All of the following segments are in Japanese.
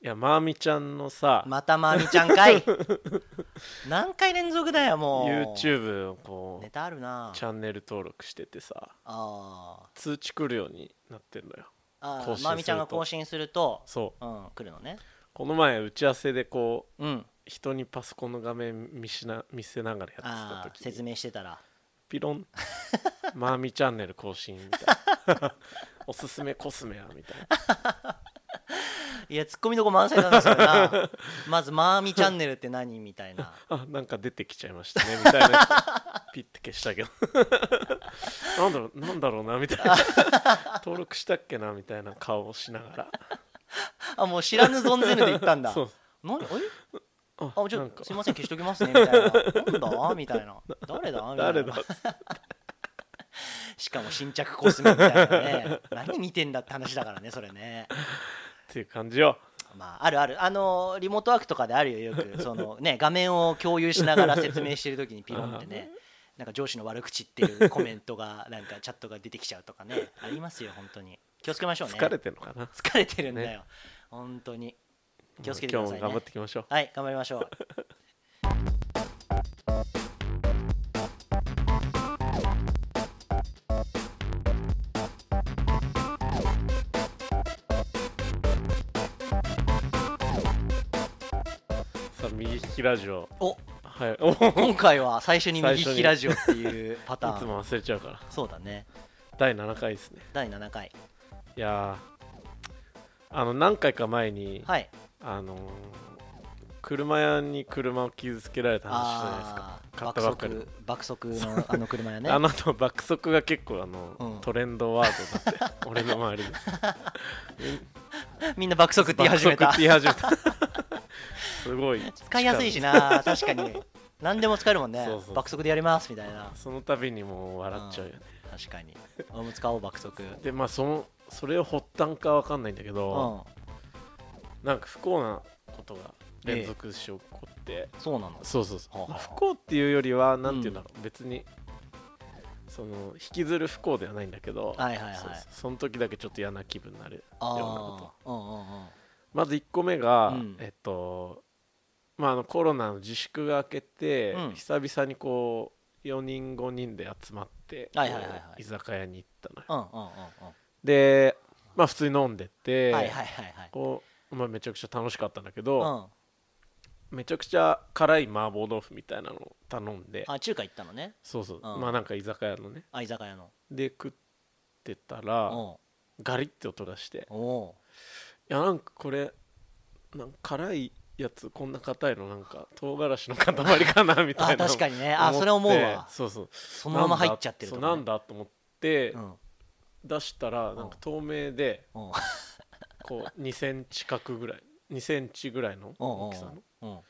いやまーみちゃんのさ、またまみちゃん かい何回連続だよもう YouTube のこネうタあるなチャンネル登録しててさあ通知来るようになってんだよーあ更新するーとまみちゃんが更新するとそううん来るのねこの前打ち合わせでこううん人にパソコンの画面見しな見せながらやっあてたー時説明してたらピロ ン「まーみチャンネル更新」みたい なおすすめコスメやみたいないやツッコミどこ満載なんですよ なまずまみチャンネルって何みたいなあなんか出てきちゃいましたねみたいな ピッて消したけどなんだろうなんだろうなみた いな登録したっけなみたいな顔をしながあもう知らぬ存ぜぬで言ったんらだそう何えああちなょんかすいません消しときますねみたいななんだみたいな誰だみたいな誰だしかも新着コスメみたいなね何見てんだって話だからねそれねっていう感じよまああるあるあのリモートワークとかであるよ よくそのね画面を共有しながら説明してる時にピロンってねなんか上司の悪口っていうコメントがなんかチャットが出てきちゃうとかねありますよ本当に気をつけましょうね疲れてるのかな疲れてるんだよ、本当に気をつけてください今ね日も頑張っていきましょうはい頑張りましょうさあ右利きラジオおはい おい今回は最初に右最初利きにラジオっていう パタつーンも忘れちゃうからそうだね第7回ですね第7回いやーあの何回か前に、はいあのー車屋に車を傷つけられた話じゃないですかああ買ったばっかりー爆速爆速のあの車や ねあの後爆速が結構あの、うんトレンドワードになって 俺の周りでみんな爆速って言い爆始速めってた言い始めた すごい使いやすいしな確かに何でも使えるもんそねうそうそう爆速でやりますみたいなその度にもう笑っちゃうよね、確かに俺も使おう爆速でまあそのそれを発端かわかんないんだけうど、んなんか不幸なことが連続して起こって、そうなのそうそうそう、はあまあは不あ幸っていうよりは何て言うんだろう、別にその引きずる不幸ではないんだけど、はいはいはいそうそうその時だけちょっと嫌な気分になるようなことああうんうんうんまず1個目が、うんえっとまああのコロナの自粛が明けて、うん久々にこう4人5人で集まって、はいはいはいはいこう居酒屋に行ったのようんうんうんでまあ普通に飲んでうて、んはいはいはいはいこうまあ、めちゃくちゃ楽しかったんだけうど、んめちゃくちゃ辛い麻婆豆腐みたいなのを頼んであ中華行ったのねそうそう、うんまあなんか居酒屋のねあ居酒屋ので食ってたうらんおガリッて音がしておいやなんかこれなんか辛いやつこんな硬いのなんか唐辛子の塊かなみたあいな確かにねにあそれ思うわそうそうそのまま入っちゃってるそとうかなねんだと思ってうん出したらなんか透明でうんこう2センチ角ぐらい2センチぐらいのうん大きさのうんうん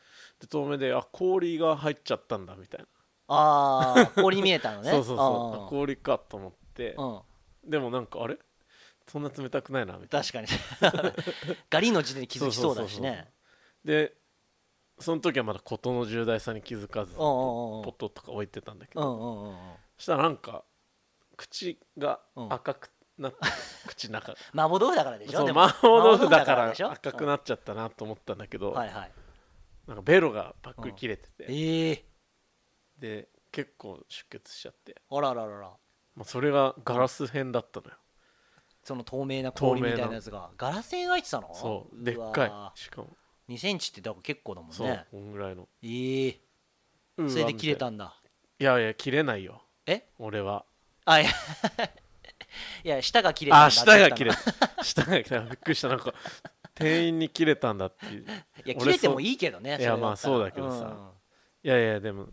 で透明であ氷が入っちゃったんだみたいああ氷見えたのなねそうそうそうあ氷かと思ってうんうんうんでもなんかあれそんな冷たくないなみたいな確かに ガリの時点で気づきそうだしねでその時はまだ事の重大さに気づかずうんうんうんうんポットとか置いてたんだけうんど、うんうんうんそしたらなんか口が赤くなって、 口の中が麻婆豆腐だからでしょそうでも麻婆豆腐だか麻婆豆腐らでしょ赤くなっちゃったなと思ったんだけど、うんはいはいなんかベロがパックリ切れてて、ええで結構出血しちゃって、あららららまあ、それがガラス片だったのよ、その透明な氷みた透い明ななやつがガラス描いてたのそうでっかいしかもい2センチってだから結構だもんそう、ねこんぐらいのええうわそれで切れたみんだいないやいや切れないよえ俺はあいや いや舌が切れたんだあ舌が切れたた舌が切れたびっくりしたなんか店員に切れたんだっていういや俺切れてもそういいいけどねいやまあれったらそうだけどさんやいやでも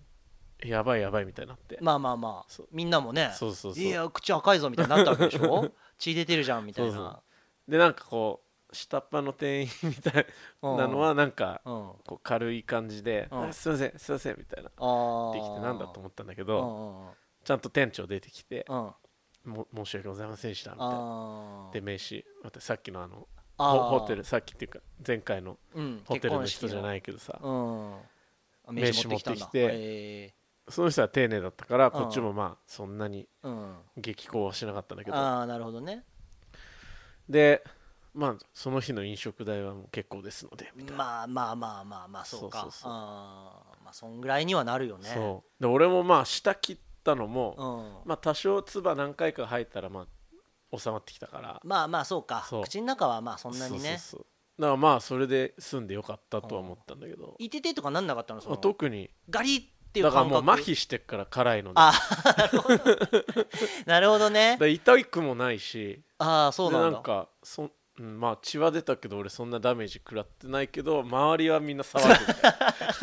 やばいやばいみたいになって、まあまあまあそうみんなもねそうそうそういや口赤いぞみたいになったわけでしょ血出てるじゃんみたいそうなでなんかこう下っ端の店員みたいうんなのはなんかうんこう軽い感じで「うんあすいませんすいません」みたいなああできてなんだと思ったんだけうどんうんちゃんと店長出てきてうんうん「も申し訳ございませんでした」みたいなあーで名刺またさっきのあのあーホホテルさっきっていうか前回のうんホテルの人じゃないいけどさうんあ名刺持ってきてんだへその人は丁寧だったからこっちうんもまあそんなにーうん激高はしなかったんだけどああなるほどねでまあその日の飲食代はもう結構ですのでみたいな、まあまあまあまあまあそうかそうそうそううんまあそんぐらいにはなるよねそうで俺もまあ下切ったのも、うんまあ多少唾何回か入ったらまあ収まってきたからまあまあそうかそう口の中はまあそんなにねそうそうそうだからまあそれで済んでよかったとは思ったんだけど、いててとかなんなかったのそまあ、の特にガリっていうだ感から覚もう麻痺してっから辛いのでだかあなるほどねら痛くもないしああそうでなんなだんかそんうんまあ血は出たけど俺そんなダメージ食らってないけど周りはみんな騒ぐみ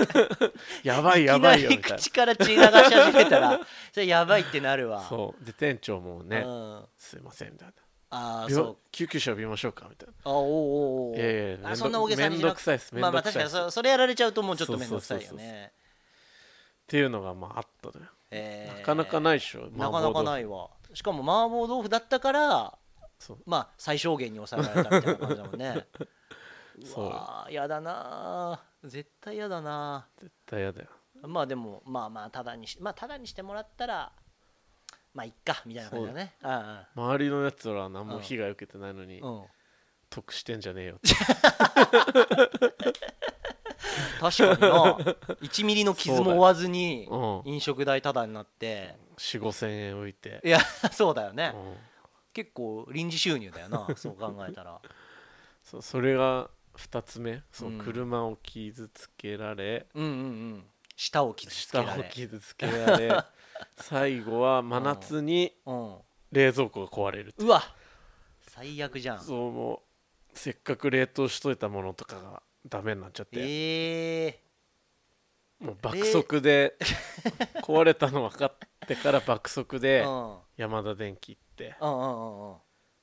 たい なやばいやばいよきみなたいり口から血流し始めたらそれやばいってなるわなそうで店長もうね、ん、あすいませんみたいなあ病そう救急車呼びましょうかみたいなあおうおうおういやいやめんどあそんな大げさめにしんなどくさいっすめんまあどまあく確さかいっすにそそれやられちゃうともうちょっと面倒くさいよそうそうそうねっていうのがまああったのよ、えーなかなかないでしょなかなかないいわしかも麻婆豆腐だったからそうまあ最小限に抑えられたみたいな感じだもんね そううわーやだなー絶対やだな絶対嫌だよーまあでもまあまあただにしまあただにしてもらったらまあいっかみたいな感じだねあ周りのやつらは何も被害受けてないのに、うん、うん、得してんじゃねえよって確かにな1ミリの傷も負わずにうん飲食代タダになって4 5千円浮いて、いや そうだよね、うん結構臨時収入だよ なそう考えたらそうそれが2つ目そう、うん車を傷つけられうんうんうん舌を傷つけ下らをれ傷つけら れ最後は真夏にうん冷蔵庫が壊れるってうわ最悪じゃんそうもうせっかく冷凍しといたものとかがダメになっちゃって、ええもう爆速で壊れたの分かってから爆速でうんうん山田電機行ってうんうんうん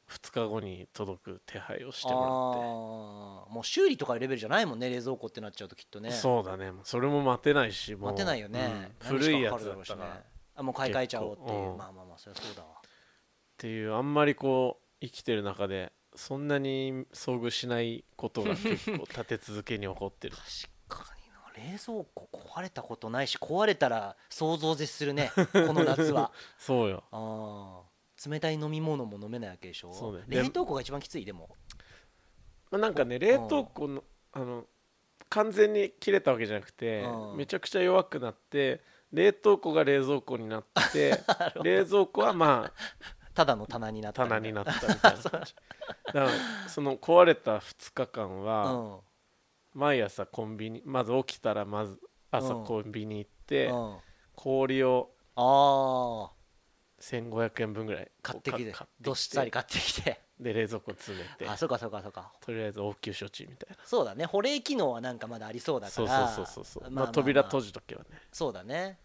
2日後に届く手配をしてもあーもう修理とかいうレベルじゃないもんね冷蔵庫ってなっちゃうときっとらって、ねそうだねもうそれも待てないしもう待てないよね、うん何日古いかやかつるだだっろうしたから、っあもう買い替えちゃおうっていう、うんまあまあまあそりゃそうだわていうあんまりこう生きてる中でそんなに遭遇しないことが結構立て続けに起こって る確かにな冷蔵庫壊れたことないし壊れたら想像を絶するねこの夏 はそうよあー冷たい飲み物も飲めないわけでしょそうだよね冷凍庫が一番きついでもまあ、なんかね冷凍庫のあの完全に切れたわけじゃなくてうんめちゃくちゃ弱くなって冷凍庫が冷蔵庫になって 冷蔵庫はまあただの棚になった棚になったみたいな感じだからその壊れた2日間うはん毎朝コンビニまず起きたらまず朝うんコンビニ行っうてん、あ氷をあ1500円分ぐらい買ってきこてうかどっさり買ってきてで冷蔵庫詰めてあそうかそうかそうかとりあえず応急処置みたいなそうだね保冷機能はなんかまだありそうだかそうらそうそうそうまあ扉閉じとけばねそうだね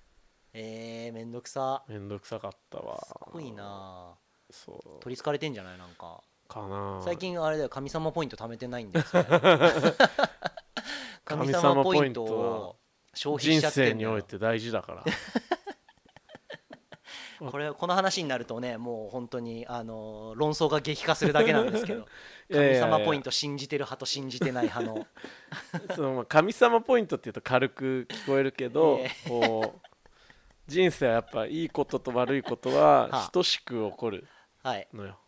えー、めんどくさめんどくさかったわすごいなそう取りつかれてんじゃないなんかかな最近あれだよ神様ポイント貯めてないんだ よそれ神神様様ポポイインントトはを消費し人ちゃって生んにだおよいて大事だからこれこの話になるとねもう本当にあの論争が激化するだけなんですけど いやいやい神や様ポイント信じてる派と信じてない派の そのまあ神様ポイントっていうと軽く聞こえるけど えこう人生はやっぱいいことと悪いこと はあは等しく起こるはいのよ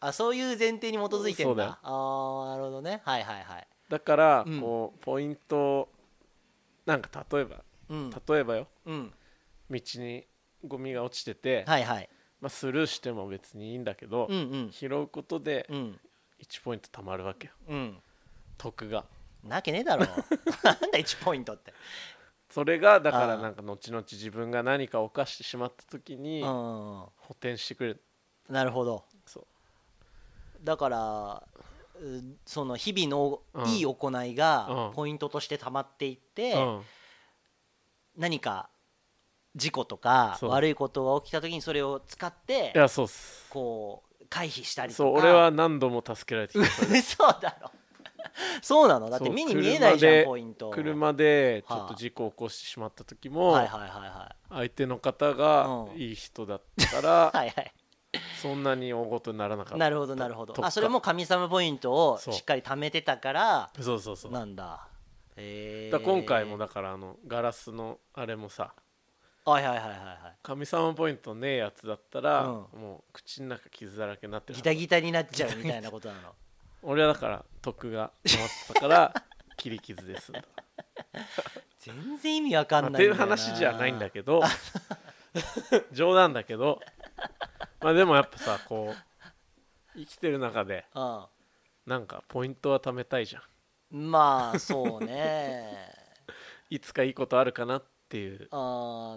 あそういう前提に基づいてそんうだよだああなるほどねはいはいはい、だからうんこうポイントをなんか例えばうん例えばようん、道にゴミが落ちててはいはいまあスルーしても別にいいんだけどうんうん拾うことでうん1ポイント貯まるわけようん得がなわけねえだ ろなんだ1ポイントってそれがだかあらーなんか後々自分が何かを犯してしまった時うにん補填してくれるなるほどそうだからうその日々うのんいい行いがうんポイントとして溜まっていって、うん何か事故とかそう悪いことが起きた時にそれを使っいてやそうっすこう回避したりとかそう俺 は何度も助けられてきたそれで嘘だろそうなのだってそう目に見えないじ車ゃんでポイント車でちょはあっと事故を起こしてしまった時はもいはいはいは相手の方がうんいい人だったかいら はいはいそんなに大ごとにならなかったなるほどなるほどとかあそれも神様ポイントをそうしっかり貯めてたからそうそうそうだかなんだへえら今回もだからあのガラスのあれもさはいはいはいはいは神様ポイントねえやつだったらうもう口の中傷だらけになってるい ギタギタになっちゃうみたいなことなの俺はだから徳が回った から切り傷ですんだ全然意味わかんないっんてだいような話じゃないんだけ ど冗談だけどまあでもやっぱさこう生きてる中でなんかポイントは貯めたいじゃんうんまあそうねいつかいいことあるかなっていうあ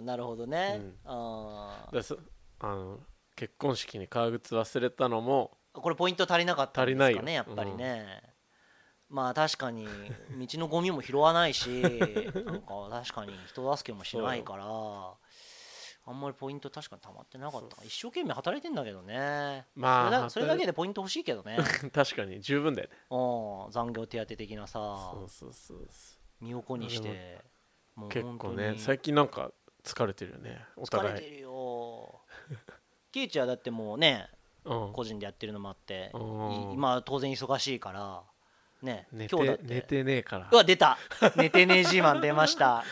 ーなるほどね、うんあーだそあの結婚式に革靴忘れたのもこれポイント足りなかったんですか足りなねいよやっぱりね、まあ確かに道のゴミも拾わないしなんか確かに人助けもしないからあんまりポイント確かに溜まってなかったな一生懸命働いてんだけどねまあそれだそれだけ働いでポイント欲しいけどね 確かに十分だよねうん残業手当的なさそうそうそうそ身を粉にしてもうう結本当構にね最近なんか疲れてるよねお疲れ互ているよケイチはだってもうねうん個人でやってるのもあってういん今は当然忙しいからね寝今日だって寝てねえからうわ出た寝てねえ自慢出ま した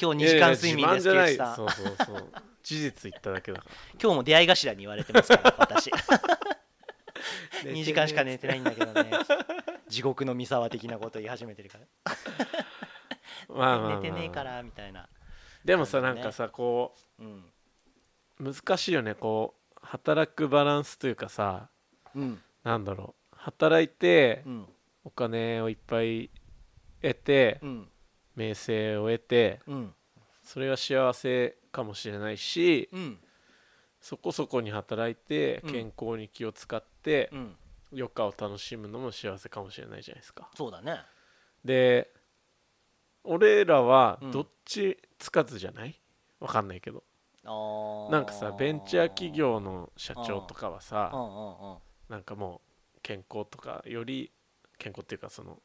今日2時間睡眠ですいケやいやイチ自慢じゃさなんいそうそうそう事実言っただけ だか今日も出会い頭に言われてますから 私ら2時間しか寝てないんだけどね地獄の三沢的なこと言い始めてるか まあまあまあら寝てねえからみたいなでもさななんんかねかさこうんう難しいよねこう働くバランスというかさうんなんだろう働いてうんお金をいっぱい得てうん名声を得てうんそれが幸せかもしれないしうんそこそこに働いてうん健康に気を使ってうん余暇を楽しむのも幸せかもしれないじゃないですかそうだねで俺らはうんどっちつかずじゃないわかんないけどあーなんかさベンチャー企業の社長とかはうんさうんうんなんかもう健康とかより健康っていうかその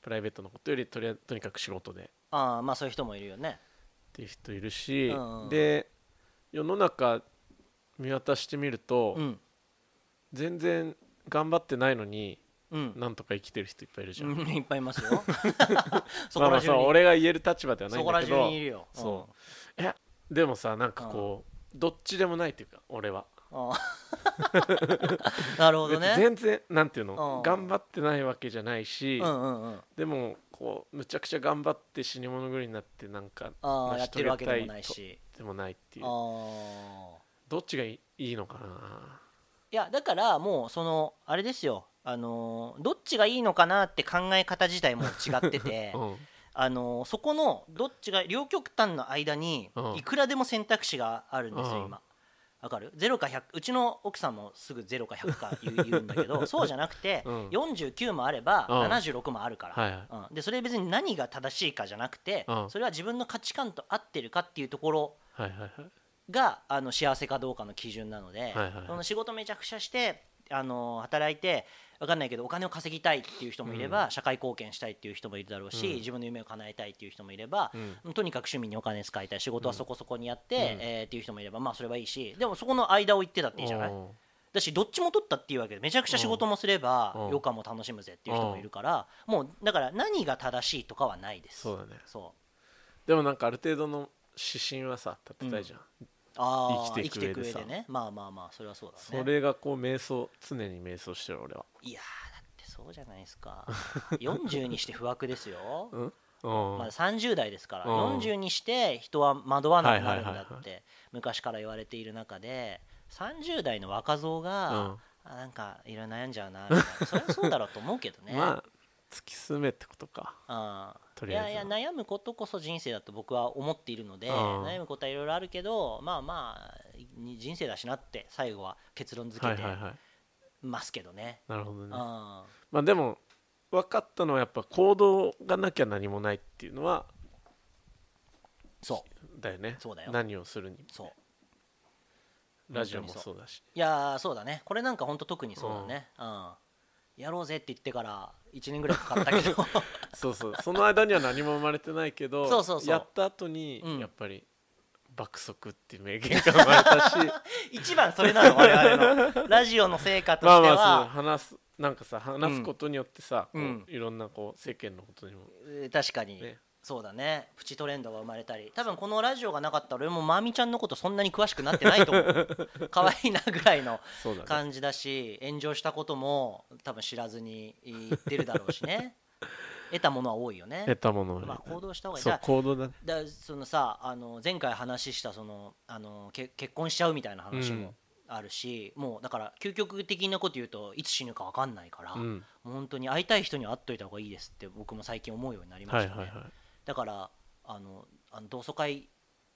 プライベートのことよりとりあえずとにかく仕事でっああまあそういう人もいるよねていう人いるしうんうんで世の中見渡してみるとうん全然頑張ってないのにうんなんとか生きてる人いっぱいいるじゃん。うんいっぱいいますよ そまあまこらあ中そうに俺が言える立場ではないそんこだらけ中どにいるよそえでもさなんかこうどっちでもないっていうか俺はうんあー なるほどね別に全然なんていうのうん頑張ってないわけじゃないしうんうんうんでもこうむちゃくちゃ頑張って死に物狂いになってなんかああ成やしって遂るげわけたでいもとないしでもないっていあうあどっちがいいいいのかないやだからもうそのあれですよあのーどっちがいいのかなって考え方自体も違って て、うんあのーそこのどっちが両極端の間にうんいくらでも選択肢があるんですよ、うん今わかる0か100うちの奥さんもすぐ0か100か言う言うんだけ どそうじゃなくて、うん49もあればうん76もあるから、はいはいうん、でそれ別に何が正しいかじゃなくて、うんそれは自分の価値観と合ってるかっていうところはいはいはいがあの幸せかどうかの基準なので、はいはいその仕事めちゃくちゃしてあの働いて分かんないけどお金を稼ぎたいっていう人もいれば、社会貢献したいっていう人もいるだろうし、うん自分の夢を叶えたいっていう人もいればう、んとにかく趣味にお金使いたい仕事はそこそこにやって、うんえーっていう人もいればまあそれはいいしでもそこの間を言ってたっていいじゃないおーだしどっちも取ったっていうわけでめちゃくちゃ仕事もすればうん余暇も楽しむぜっていう人もいるからもうだから何が正しいとかはないですそうだねそうでもなんかある程度の指針はさ立てたいじゃんああ生生ききてていいくく上上でさでねまあまあまあそれはそうだねそれがこう瞑想常に瞑想してる俺はいやーだってそうじゃないですか 40にして不惑ですようんうんまだ30代ですからうん40にして人は惑わなくなるんはいはだいはいはっいて昔から言われている中で30代の若造うんがあなんかいろいろ悩んじゃうなみたいなそれはそうだろうと思うけどね まあ突き進めってことかあといりあえやずいや悩むことこそ人生だと僕は思っているのでうん悩むことはいろいろあるけどまあまあに人生だしなって最後は結論付はけいてはいはいますけどね。なるほどねあまあでも分かったのはやっぱ行動がなきゃ何もないっていうのはそうだよねそうだよ何をするにそうラジオも本当にそうだしいやーそうだねこれなんかほんと特にそうだね、うんやろうぜって言ってから1年ぐらいかかったけどそうそうその間には何も生まれてないけどそうそうそうやった後にうんやっぱり爆速っていう名言が生まれたし 一番それなの我々のラジオの成果とまあしてまは、あそう話すなんかさ話すことによってさ、うんこういろんなこう世間のことにもえー確かに、ねそうだねプチトレンドが生まれたり多分このラジオがなかったら俺もまみちゃんのことそんなに詳しくなってないと思 う可愛いなぐらいのそうだね感じだし炎上したことも多分知らずに言ってるだろうし ね得たものは多いよね得たものをまあ行動した方がいいそう行動だねだからそのさあの前回話したそのあのけ結婚しちゃうみたいな話もあるし、もうだから究極的なこと言うといつ死ぬか分かんないから、うもんう本当に会いたい人には会っといた方がいいですって僕も最近思うようになりまはいしはたいね、はいだからあのあの同窓会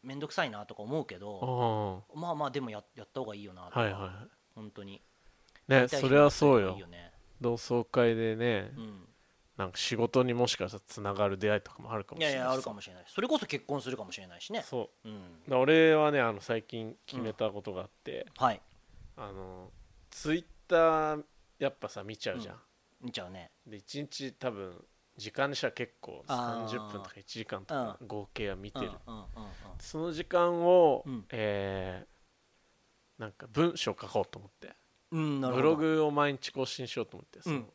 めんどくさいなとか思うけあどあはまあまあでもややった方がいいよなとか、いは本当にいねそれはそう会いたい人に会った方がいよいね同窓会でねうんなんか仕事にもしかしたらつながる出会いとかもあるかもいしれやないいやあるかもしれないそれこそ結婚するかもしれないしね、そうん、うだから俺はねあの最近決めたことがあって、はいあのツイッターやっぱさ見ちゃうじゃん、見ちゃうねで1日多分時間にしたら結構あー30分とか1時間とか合計は見てうんうる、んうんその時間を、うんえーなんか文章書こうと思ってうんうんなるブほどログを毎日更新しようと思ってその、うん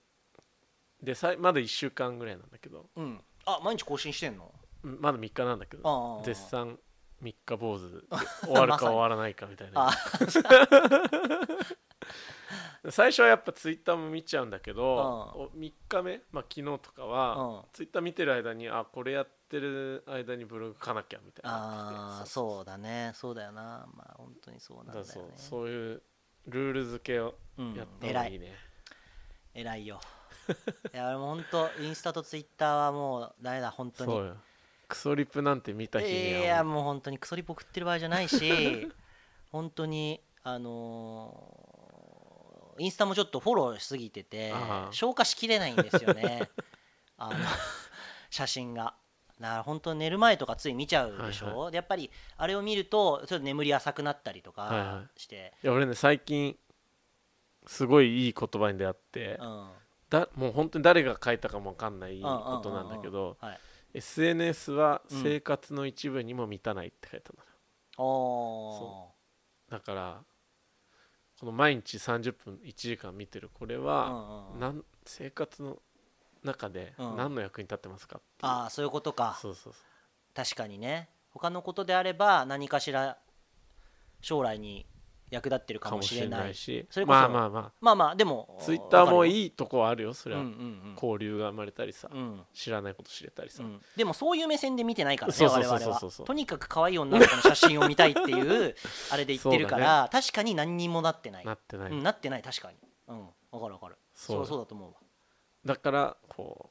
でさいまだ1週間ぐらいなんだけどうん、あ毎日更新してんのうんまだ3日なんだけあどー絶賛3日坊主で終わるまかさ終にわらないかみたいなあ 最初はやっぱツイッターも見ちゃうんだけうんど3日目、まあ、昨日とかは、うんツイッター見てる間にあこれやってる間にブログ書かなきゃみたいなあーってきてそうだねそうだよなまあ本当にそうなんだよだねそうそういうルール付けをうんやった方偉がいいいね、偉いよいや俺も本当インスタとツイッターはもうダメだ本当にそうよクソリプなんて見た日いにはやもう本当にクソリポ食ってる場合じゃな いし本当にあのーインスタもちょっとフォローしすぎててああ消化しきれないんですよ ねあの写真が。だから本当寝る前とかつい見ちゃうでしょ、はいでやっぱりあれを見るとちょっと眠り浅くなったりとはいかはして、いや俺ね最近すごいいい言葉に出会って、うんだもう本当に誰が書いたかも分かんないことなんだけど、、うんうんうんうんはい、 SNS はうん生活の一部にも満たないって書いてあるおーそだからこの毎日30分1時間見てるこれは、うんうんなん生活の中でうん何の役に立ってますかっていう、ああそういうことかそうそうそ確かにね他のことであれば何かしら将来に役立ってるうかかももししれれないないしそれこそまあまあままあまあでもあツイッターもいいいとこはあるよそうんれうは、ん交流が生まれたりさ、うんうん知らないこと知れたりさ、うんでもそういう目線で見てないからそねうそう我そう々そうはそうそうとにかく可愛い女の子の写真を見たいっていう あれで言ってるから、確かに何にもなってないなってない、うん、なってない確かにうんわかるわかるそうそりゃそうだと思うわだからこ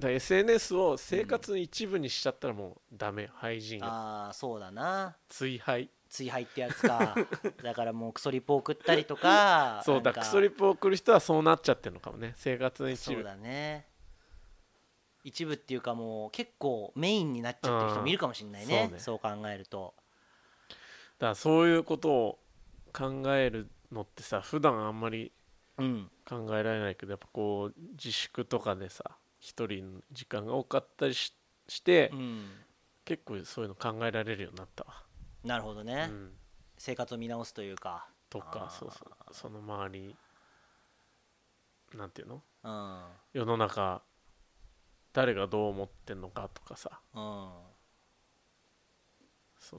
うだから SNS を生活の一部にしちゃったらもうダメよ廃人がああそうだな追廃追廃ってやつ かだからもうクソリップ送ったりとかそうだなんクソリップを送る人はそうなっちゃってるのかもね生活の一そう部だね一部っていうかもう結構メインになっちゃってる人もいるかもしれないね,、うんそう考えるとだからそういうことを考えるのってさ普段あんまりうん考えられないけどやっぱこう自粛とかでさ一人の時間が多かったりしして、うん結構そういうの考えられるようになったわ、なるほどね、うん、生活を見直すというかとかあーそうそうその周りなんていうのうん世の中誰がどう思ってんのかとかさうんそうそ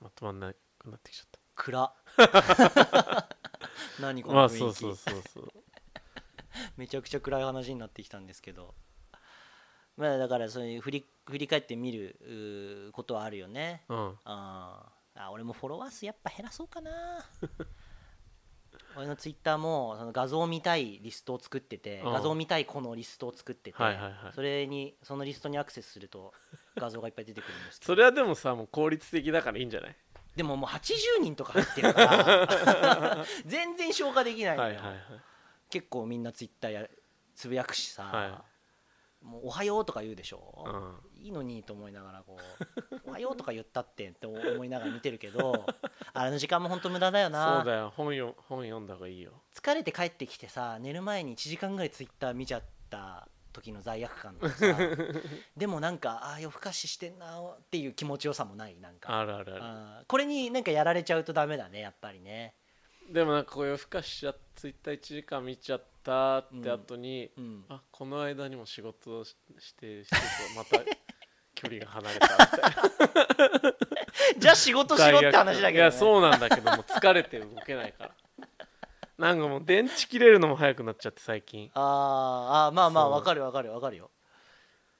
うまとまんなくなってきちゃっ 暗何たこまのあ雰囲気、そうそうそうそうめちゃくちゃ暗い話になってきたんですけどまあだからそういう振り振り返ってみるうーことはあるよねうんあーあ俺もフォロワー数やっぱ減らそうかな 俺のツイッターもその画像を見たいリストを作っててうん画像を見たいこのリストを作ってて、はいはいはいそれにそのリストにアクセスすると画像がいっぱい出てくるんですけどそれはでもさもう効率的だからいいんじゃないでももう80人とか入ってるから 全然消化できないのはよ、いはいはい結構みんなツイッターやつぶやくしさ、はもう「おはよう」とか言うでしょ、うんいいのにと思いながらこう 「おはよう」とか言ったってって思いながら見てるけど あれの時間も本当無駄だよなそうだよ本よ本読んだ方がいいよ疲れて帰ってきてさ寝る前に1時間ぐらいツイッター見ちゃった時の罪悪感とか さでもなんかああ夜更かししてんなっていう気持ちよさもないなんかあるあるああーこれになんかやられちゃうとダメだねやっぱりねるでもなんかこう夜更かしちゃツイッター1時間見ちゃっったって後に、うん、あこの間にも仕事をししてしてとま た距離が離れたみたいな じゃあ仕事しろって話だけど、ね、いやそうなんだけどもう疲れて動けないからなんかもう電池切れるのも早くなっちゃって最近あーあーまあまあそうわかるわかるわかるよ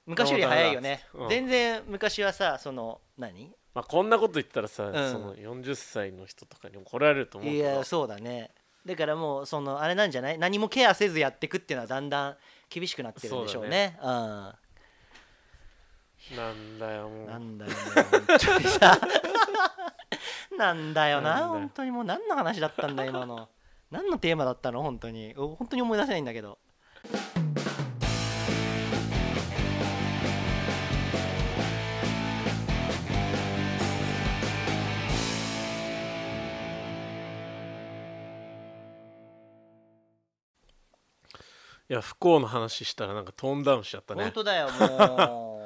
昔より早いよね、うん全然昔はさその何まあこんなこと言ったらさ、うんその40歳の人とかに怒られると思ういけどやそうだねだからもうそのあれなんじゃない何もケアせずやってくっていうのはだんだん厳しくなってるんでしょうねうなんだよもんうなんだよね本当にさ なんだよななんだよ本当にもう何の話だったんだ今の何のテーマだったの本当にお本当に思い出せないんだけどいや不幸の話したらなんかトーンダウンしちゃった本ね当だよも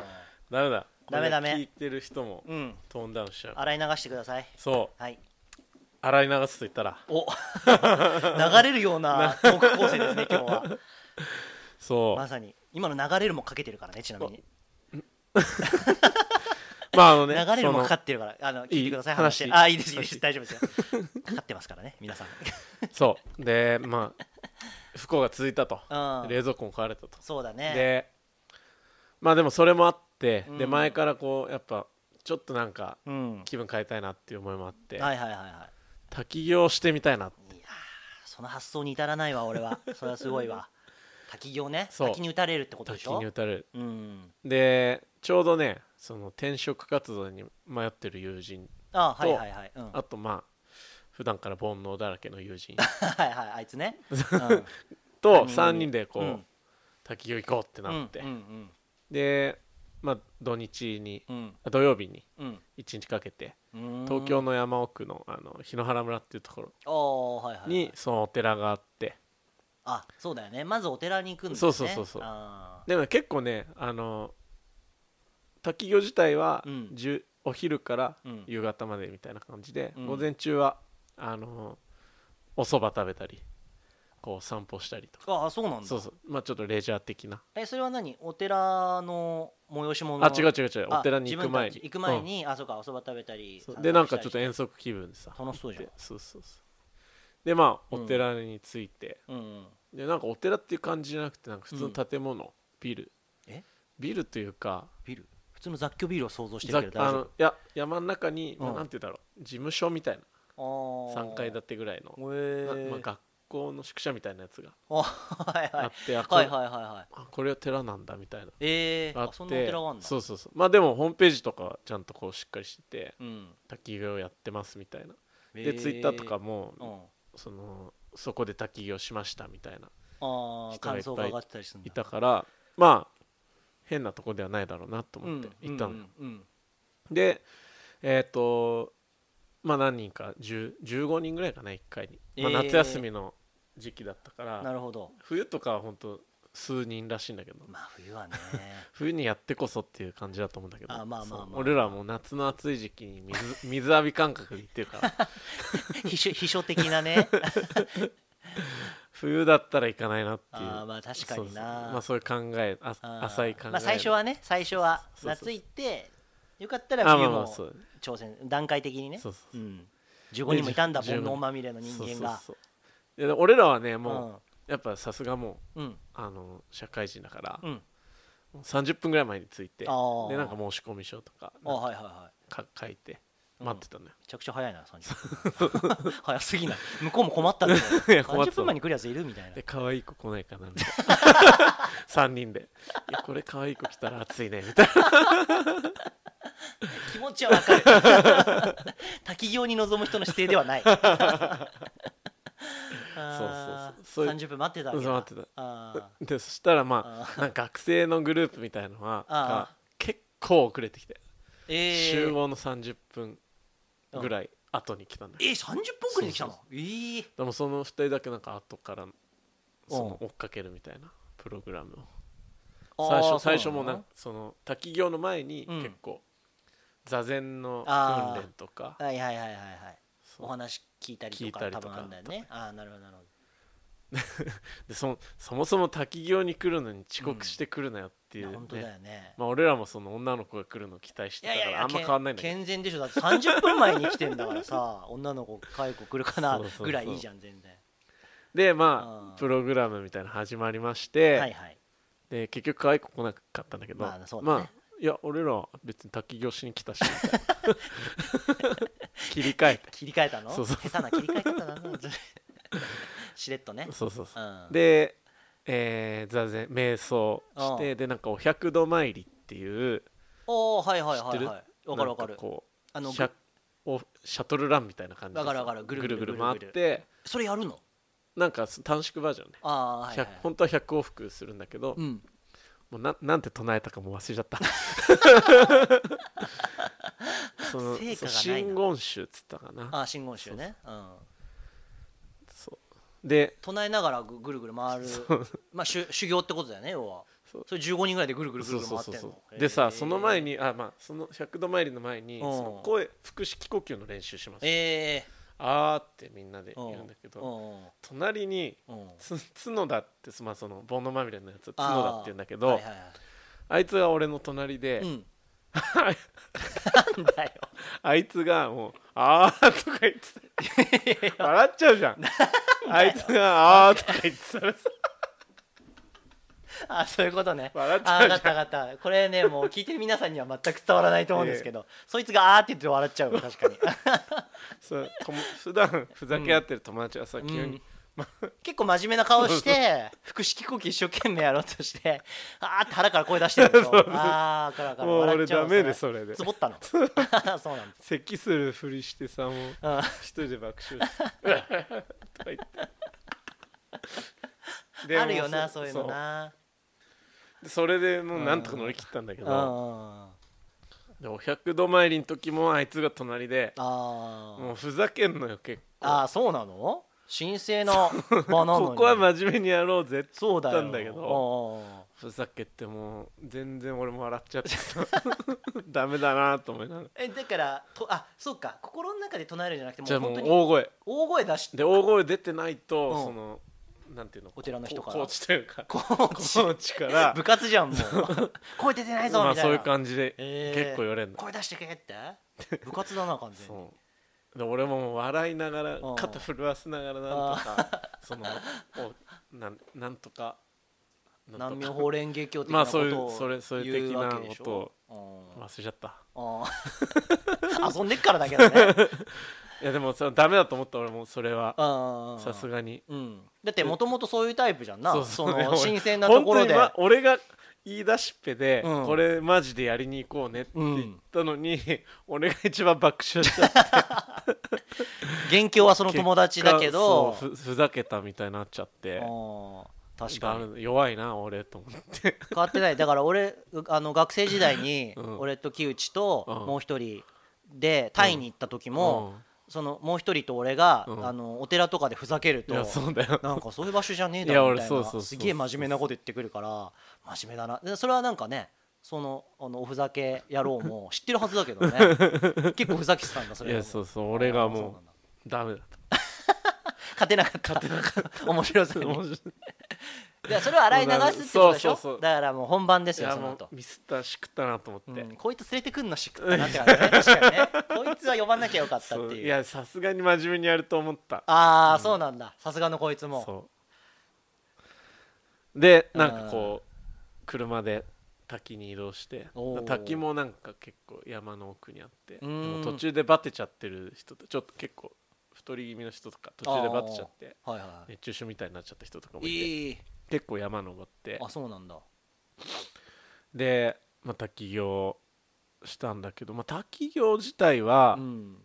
ダメだダメダメこれ聞いてる人もううんトーンダウンしちゃう洗い流してくださいそうはい洗い流すと言ったら お流れるようなトーク構成ですね今日は そうまさに今の流れるもかけてるからねちなみにまああのね流れるもそかのかってるからあの聞いてくださいいい話して話あいいですいいです大丈夫ですよかかってますからね皆さんそうでまあ不幸が続いたとうん冷蔵庫も壊れたとそうだねでまあでもそれもあって、うんで前からこうやっぱちょっとなんかうん気分変えたいなっていう思いもあって、はいはいはいは滝行してみたいないいやーその発想に至らないわ 俺はそれはすごいわ滝行ねそう滝に打たれるってことでし滝ょに打たれるうんでちょうどねその転職活動に迷ってる友人あはいはいはいうんはあとまあ普段から煩悩だらけの友人い はいあいつねうんと3人でこう、うん滝行行こうってなって、うんうんでまあ土日にうんあ土曜日にうん1日かけてうん東京の山奥のあの檜原村っていうところおーはいはいはいにそのお寺があってあそうだよねまずお寺に行くんですねそうそうそうそうあでも結構ねあの滝行自体は、うんじゅお昼からうん夕方までみたいな感じで、うん午前中はあのお蕎麦食べたりこう散歩したりとかーあーそうなんだそうそうまあちょっとレジャー的なえそれは何お寺の催し物あ違う違う違うあお寺に行く前に自分たち行く前に、あそうかおそば食べたりうんそう散で歩なんしたかりちょっと遠足気分でさ楽しそうじゃんでそうそうそうでまあうんお寺に着いて、うんうんでなんかお寺っていう感じじゃなくてなんか普通の建物、ビルえビルというかビル普通の雑居ビルを想像してざるけど大あのい丈や山の中に、うんなんて言うんだろう事務所みたい夫なあー3階建てぐらいの、へーなまあ、学校の宿舎みたいなやつがあはいはいあって、あこはいはいはいはいあこれは寺なんだみたいなえー、ああってそんなお寺があんだそうそうそうまあでもホームページとかはちゃんとこうしっかりしててうん滝行やってますみたいなえで、ツイッターとかも、うんそのそこで滝行しましたみたいなあー人がいっぱい感想が上がってたりするんいだたからまあ変なとこではないだろうなとうん思って行ったのよ、うんうんでえっ、とまあ何人か10 15人ぐらいかな1回に、まあ、えー夏休みの時期だったかうら、んなるほど冬とかは本当数人らしいんだけどまあ冬 はね冬にやってこそっていう感じだと思うんだけどあまあまあそうまあまあ俺らはもう夏の暑い時期に水 水浴び感覚で行ってるから 秘書秘書的なね冬だったら行かないなっていうあーまあ確かそになうそうまあ、そういう考えああー浅い考えまあ、最初はね最初はそうそうそう夏行ってよかったあらま冬あまあもそう挑戦段階的にねそうそううん、15人もいたんだでじゅ煩15悩まみれの人そう間そうがそういやで俺らはねもう、うやっぱさすがもうんうんあの社会人だから、うんもう30分ぐらい前に着いてであーなんか申し込み書とかあはいはいはいか書いてうん待ってたのよ、めちゃくちゃ早いな30分 早すぎない向こうも困ったんだよいや困ってた30分前に来るやついるみたいなで可愛い子来ないかなみたいな3 人で「いやこれ可愛い子来たら暑いね」みたいな気持ちはわかる 滝行に臨む人の姿勢ではないあーそうそうそうそういう30分待ってたわけそうだ待ってたあーでそしたらまああなんか学生のグループみたいのはあーが結構遅れてきて、えー、集合の30分ぐらい後に来たんだけどえー、30分遅れてきたのそえーでもその2人だけなんか後からその追っかけるみたいなプログラムを。最あー初最初もそうななんのかその滝行の前にうん結構座禅のあー訓練とかはいはいはいはいはいそうお話聞いたりと聞いかたり多とか分あるんだよねああなるほどなるほどでそそもそも滝行に来るのに遅刻してくるなよっていいう、やね本当だよねまあ、俺らもその女の子が来るのを期待しいてたやいやかいらやあんま変わんないんだけど健全でしょだって30分前に来てんだからさ 女の子解雇来るかなそうそうそうぐらいいいじゃん全然でまあーあプログラムみたいなの始まりまして、はいはいで結局可愛く来なかったんだけど、まあそうだねまあいや俺らは別に滝行しに来 たしみたいな切り替えて切り替えたのそうそう下手な切り替え方だな しれっとねそうそうそう、うんで、えー、座禅瞑想してでなんかお百度参りっていうおおはいはいは知っているはいわかるわかなんるこうあのシャおシャトルランみたいな感じでさわかるわかるぐぐるるぐぐるるぐるぐ回っるてそれやるのなんか短縮バージョンね、ああはい、はい100本当は100往復するんだけど、うん、もうななんて唱えたかもう忘れちゃった その成果がそなういな真言宗っつったかなああ真言宗ねうんそうで唱えながらぐぐるぐる回るまあしゅ修行ってことだよね要はそうそれ15人ぐらいでぐるぐるぐそるうぐるそう回ってそんうのそうでさその前ににあまあその100度参りの前にんその声腹式呼吸の練習しますええあーってみんなでうん言うんだけどう隣にんうんつ角田ってまあその煩悩まみれのやつはあー角田って言うんだけはいどはいはいあいつが俺の隣でうん あいなんだよあいつがもう「あー」とか言ってた笑っちゃうじゃんあいつが「あー」とか言ってたらさあそういうことねあ笑っちあゃ分うじかゃっんた分かったこれねもう聞いてる皆さんには全く伝わらないと思うんです けど、そいつがあーって言って笑っちゃうわ確かにそうとも普段ふざけ合ってる友達はさ急に結構真面目な顔して腹式呼吸一生懸命やろうとしてあーって腹から声出して るんですよあーからからもう笑っ俺ちゃうダメでそれでつぼ ったの そうなんです咳するふりしてさもううん一人で爆笑して「とか言ってであるよもなそういうのなそうでそれでもうなんとか乗り切ったんだけうんどあでお百度参りの時もあいつが隣でーもうふざけんのよ結構あーそうなの神聖な場なのにここは真面目にやろうぜって言そうっだよたんだけどうんうんうんふざけてもう全然俺も笑っちゃってさ ダメだなと思いながらえだからとあそうか心の中で唱えるんじゃなくてもじゃうあも本当うに大声大声出してで大声出てないと、うんそのなんていうのお寺の人からコーチというかココ ーチーチ から部活じゃんもう声出てないぞまみあたいな、そういう感じでえー結構言われるの、声出してくれって部活だな完全にそうで俺ももう笑いながらうん肩震わせながらなんとかそのおなんなんとかなんと南か明法蓮華経的まなあこそういうとをそれそういう言的わなけでしょ忘れちゃったうん うん 遊んでっからだけどねいやでもさダメだと思った俺もそれはささすがにうん、だってもともとそういうタイプじゃんなそねの 俺新鮮なところ本当で、にま俺が言い出しっぺで、うんこれマジでやりに行こうねって言ったのに、 俺が一番爆笑しちゃ った元凶はその友達だけど結果そうふふざけたみたいになっちゃってうん確かにダメ弱いな俺と思って変わってないだから俺あの学生時代に うん俺と木内とうんもう一人でタイに行った時も、そのもう一人と俺が、うんあのお寺とかでふざけるうとんいやそうだよなんかそういう場所じゃねえだいやろ俺みたいそうそうそなうすげえ真面目なこと言ってくるから真面目だなでそれはなんかねそのあのおふざけ野郎も知ってるはずだけ どね結構ふざけてたんだそいれやそうそう俺がもうあーそなんだダメだっ勝てなかった勝てなかった面白さたに面白いいやそれを洗い流すってことでしょそうそうそうだからもう本番ですいよやそのも後うミスったしくったなと思って、うん、こいつ連れてくんのしくったなって感じだね確かにねこいつは呼ばなきゃよかったってそういういやさすがに真面目にやると思ったああ、そうなんださすがのこいつもそうでなんかこう車で滝に移動しておー滝もなんか結構山の奥にあってうーんもう途中でバテちゃってる人とちょっと結構太り気味の人とか途中でバテちゃってはいは熱中症みたいになっちゃった人とかもいいていい結構山登ってあそうなんだで、まあ、滝行したんだけど、まあ、滝行自体はうん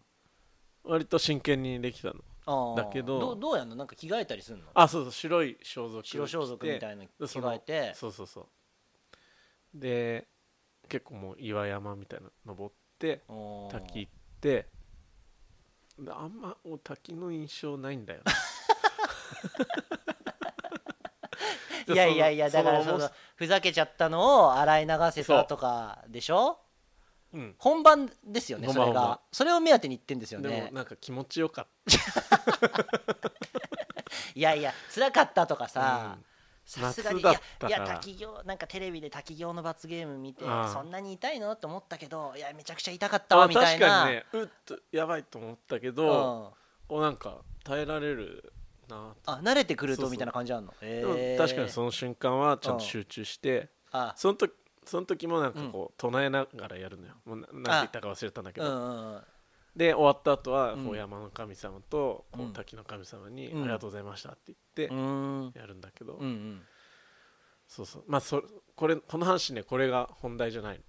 割と真剣にできたの、あーだけどうどうやんのなんか着替えたりすんのあそうそう白い装束白装束みたいなの着でその替えてそうそうそうで結構もう岩山みたいなの登っておー滝行ってであんまお滝の印象ないんだよね いやいやいやそのだからそそののふざけちゃったのを洗い流せたとかでしょうん本番ですよね本そ番れ本が番それを目当てに言ってんですよでもねなんか気持ちよかっいやいや辛かったとかさ、うんさすがにい夏だったかやいらや滝行なんかテレビで滝行の罰ゲーム見てああそんなに痛いのって思ったけどいやめちゃくちゃ痛かったわあみたい確なかにねうっとやばいと思ったけうど、ん、おなんか耐えられるなあ慣れてくるそうとそうみたいな感じあるのでもへえ確かにその瞬間はちゃんと集中してあその時その時もなんかこう唱えながらやるのよ、もうななんて言ったか忘れたんだけうど、んうんうんで終わった後はこううん山の神様とこううん滝の神様に「ありうんがとうございました」って言っうてんやるんだけど、うんうんそうそうまあそこれこの話ねこれが本題じゃないの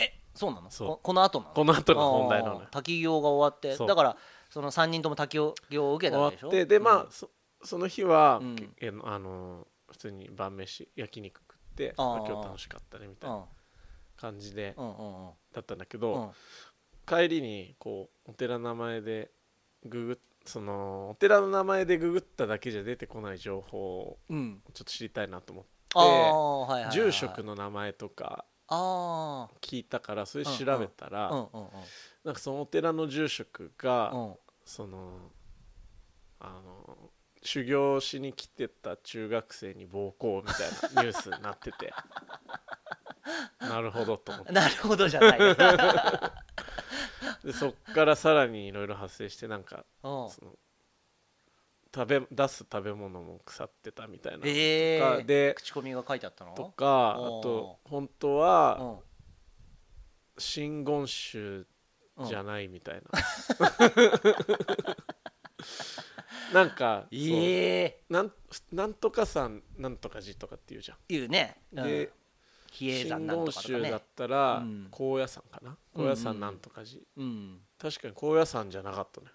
えそうなのそうここの後なのこの後が本題なのあよあ滝行が終わってそうだからその3人とも滝行を受終けたわわけでしょってでまあ、そその日は、うんけえのあの普通に晩飯焼肉食ってあーまあ今日楽しかったねみたいうんな感じでうんうんうんだったんだけうど、んうん帰りにこうお寺の名前でググっそのお寺の名前でググっただけじゃ出てこない情報をうんちょっと知りたいなと思ってああはいはいはい住職の名前とかあ聞いたからそれ調べたら、あうんうんうんなんかそのお寺の住職が、うんそのあの修行しに来てた中学生に暴行みたいなニュースになって てなるほどと思ってなるほどじ ゃないうんでそっからさらにいろいろ発生してなんかその食べ出す食べ物も腐ってたみたいなとか、ええで口コミが書いてあったのとかあおーと本当うはん真言宗うんじゃないみたい な、なんかそうええなんなんとかさんなんとか寺とかっていうじゃん、いうね、うん、で比叡山真なん言とかとか宗だねっ、たらうん高野山かな高野山なんとか寺、うん、確かに高野山じゃなかったのよ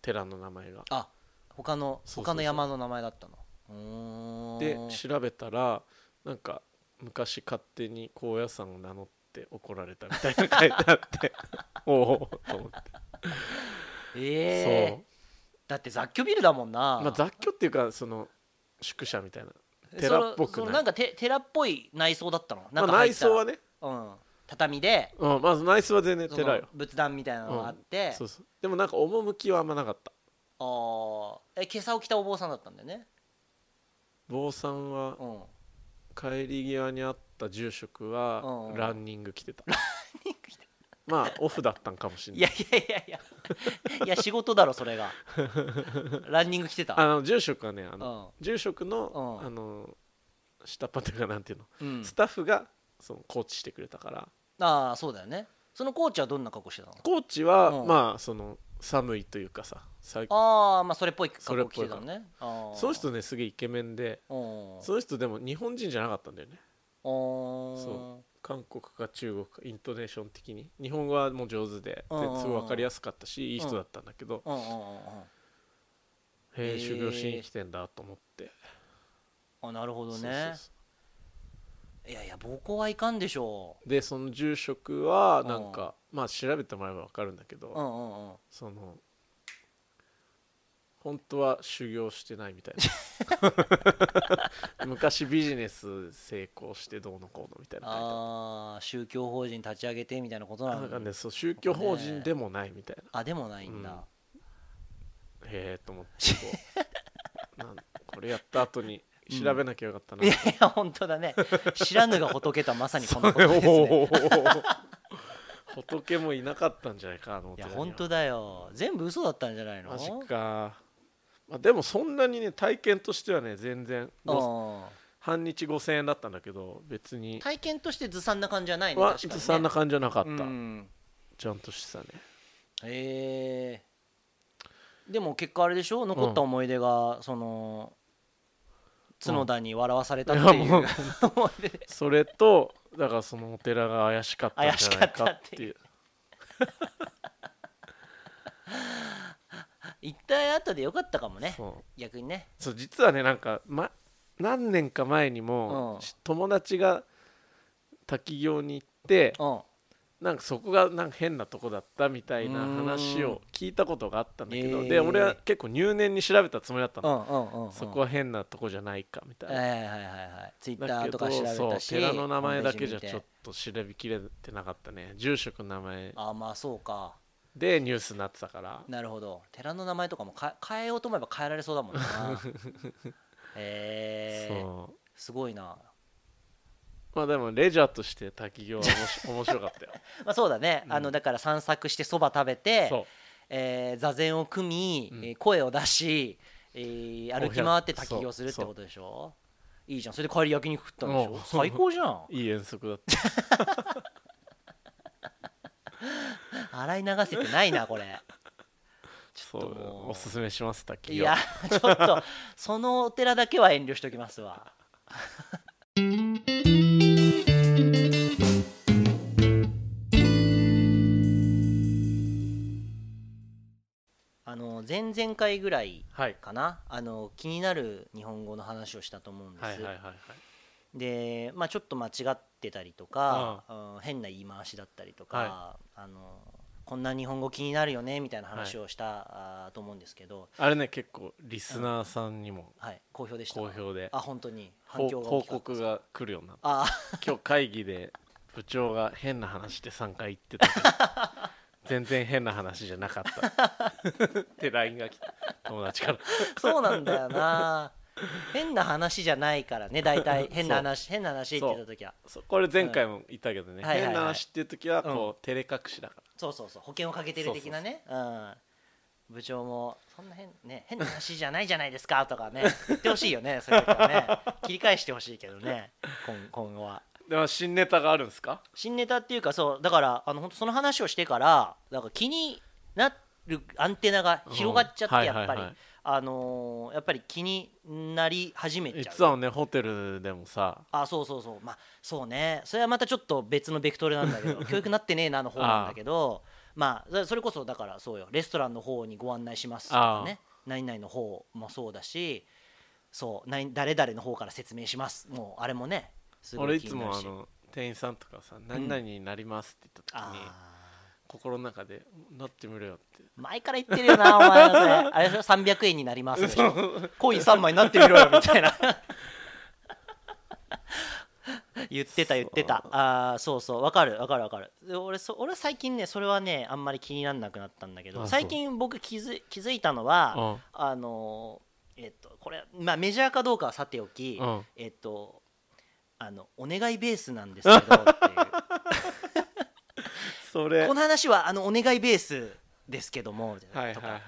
寺の名前があ他のそうそうそう他の山の名前だったのうーんで調べたらなんか昔勝手に高野山を名乗って怒られたみたいな書いてあって おおと思って、ええそうだって雑居ビルだもんな、まあ雑居っていうかその宿舎みたいなその寺っぽくそなのいなんかて寺っぽい内装だったのまなあ、んか入内ったら装はね、うん、畳でうん、まず内装は全然そ寺のよ仏壇みたいなのがあって、そうそうでもなんか趣はあんまなかったああえ今朝起きたお坊さんだったんだよね坊さんはうん帰り際にあった住職うんはうんランニング来てたまあオフだったんかもしれいなやいいやいやいやいや仕事だろそ れがランニング来てたあの住職はねあうのん住職のうんあの下っ端というかなんていうのうんスタッフがそのコーチしてくれたからああそうだよねそのコーチはどんな格好してたのコーチうはんまあその寒いというかさ最ああまあそれっぽいそ格れっ好着ぽいてたのねあーその人ねすげえイケメンでうんその人でも日本人じゃなかったんだよねうんそ韓国か中国かイントネーション的に日本語はもう上手でうんうんうんですごい分かりやすかったしいい人だったんだけどうんうんうんうんへへえー修行しに来てんだと思ってあなるほどそうそうねそいやいや暴行はいかんでしょうでその住職はなんかまあ調べてもらえば分かるんだけううどんうんうんその本当は修行してないみたい な昔ビジネス成功してどうのこうのみたいな書いてあっああ宗教法人立ち上げてみたいなことたななんかのねそう宗教法人でもないみたいなあでもないんだへえと思ってこ うなんこれやった後に調べなきゃよかったな、いやいや本当だね知らぬが仏とはまさにこのことで すねおー仏もいなかったんじゃないかあのおい寺やには本当だよ全部嘘だったんじゃないのマジか、まあ、でもそんなにね体験としてはね全然ごう半日5000円だったんだけど別んに体験としてずさんな感じじゃないねは確かにねずさんな感じじゃなかった、うんちゃんとしてたねへえでも結果あれでしょ残った思い出が、その角田に笑わされたっていいやう、もう思い出でそれとだからそのお寺が怪しかったんじゃないかっていう一体後でよかったかもねそう逆にねそう実はねなんか、ま、何年か前にも、うんし友達が滝行に行ってうんなんかそこがなんか変なとこだったみたいな話うーんを聞いたことがあったんだけど、えーで俺は結構入念に調べたつもりだったうの、んうんうんうんそこは変なとこじゃないかみたいはいな、はいはいはいツイッタだーけとか調どべそうたし寺の名前だけじゃホームペーちジょ見ってと調べきれてなかったね住職の名前あまあそうかでニュースになってたからなるほど寺の名前とかもか変えようと思えば変えられそうだもんな えー、そうすごいな、まあでもレジャーとして滝行は面白面白か ったよまあ、そうだね、うんあのだから散策してそば食べてそうえー座禅を組み、うんえー声を出し、えーお部屋歩き回って滝行するってことでしょいいじゃんそれで帰り焼肉食ったんでしうんょ最高じゃ んいい遠足だった洗い流せてないなこ れそちょっともううおすすめします滝い行やちょっとそのお寺だけは遠慮しておきますわあの前々回ぐらいはいかなあの気になる日本語の話をしたと思うんです、はいはいはいはいで、まあ、ちょっと間違ってたりとか、うん変な言い回しだったりとか、はあのこんな日本語気になるよねみたいな話をした、あーと思うんですけど、あれね結構リスナーさんにもはい、好評でした好評であ本当にほ反響が大報きかった告が来るようになったあ今日会議で部長が変な話で3回言ってたけど全然変な話じゃなかったって LINE が来た友達からー そうなんだよな変な話じゃないからね 大体変な話変な話って言った時はそうこれ前回も言ったけどね、うんはいはいはい変な話っていう時はこう、照れ隠しだからそうそうそう保険をかけてる的なねうん部長もそんな変,、ね、変な話じゃないじゃないで すかとかね言ってほしいよねそういう時はね切り返してほしいけどね今今後はでも新ネタがあるんですか新ネタっていうかそうだからあの本当その話をしてからなんか気になるアンテナが広がっちゃって、うんはいやっぱり、はいはいあのーやっぱり気になり始めいちゃうつもねホテルでもさあそうそうそうまあそうねそれはまたちょっと別のベクトルなん だけど教育なってねえなの方なんだけどまあそれそれこそだからそうよレストランの方にご案内しますとかね何々の方もそうだしそう何誰々の方から説明しますもうあれもねすご俺いい気つになるもあしの店員さんとかさ「何々になります」って言った時に、あー心の中で「なってみろよ」って前から言ってるよなお前はそれあれでしょ300円になりますでしょコイン3枚になってみろよみたいな言ってた言ってたあーそうそうわかるわかるわかるで俺そ俺最近ねそれはねあんまり気にならなくなったんだけあそどう最近僕気づ気づいたのはうんあのーえっとこれ、まあ、メジャーかどうかはさておき、うんえっとあのお願いベースなんですけどっていうそ れこはいの話はあのお願いベースですけどもみたいなはいとかはい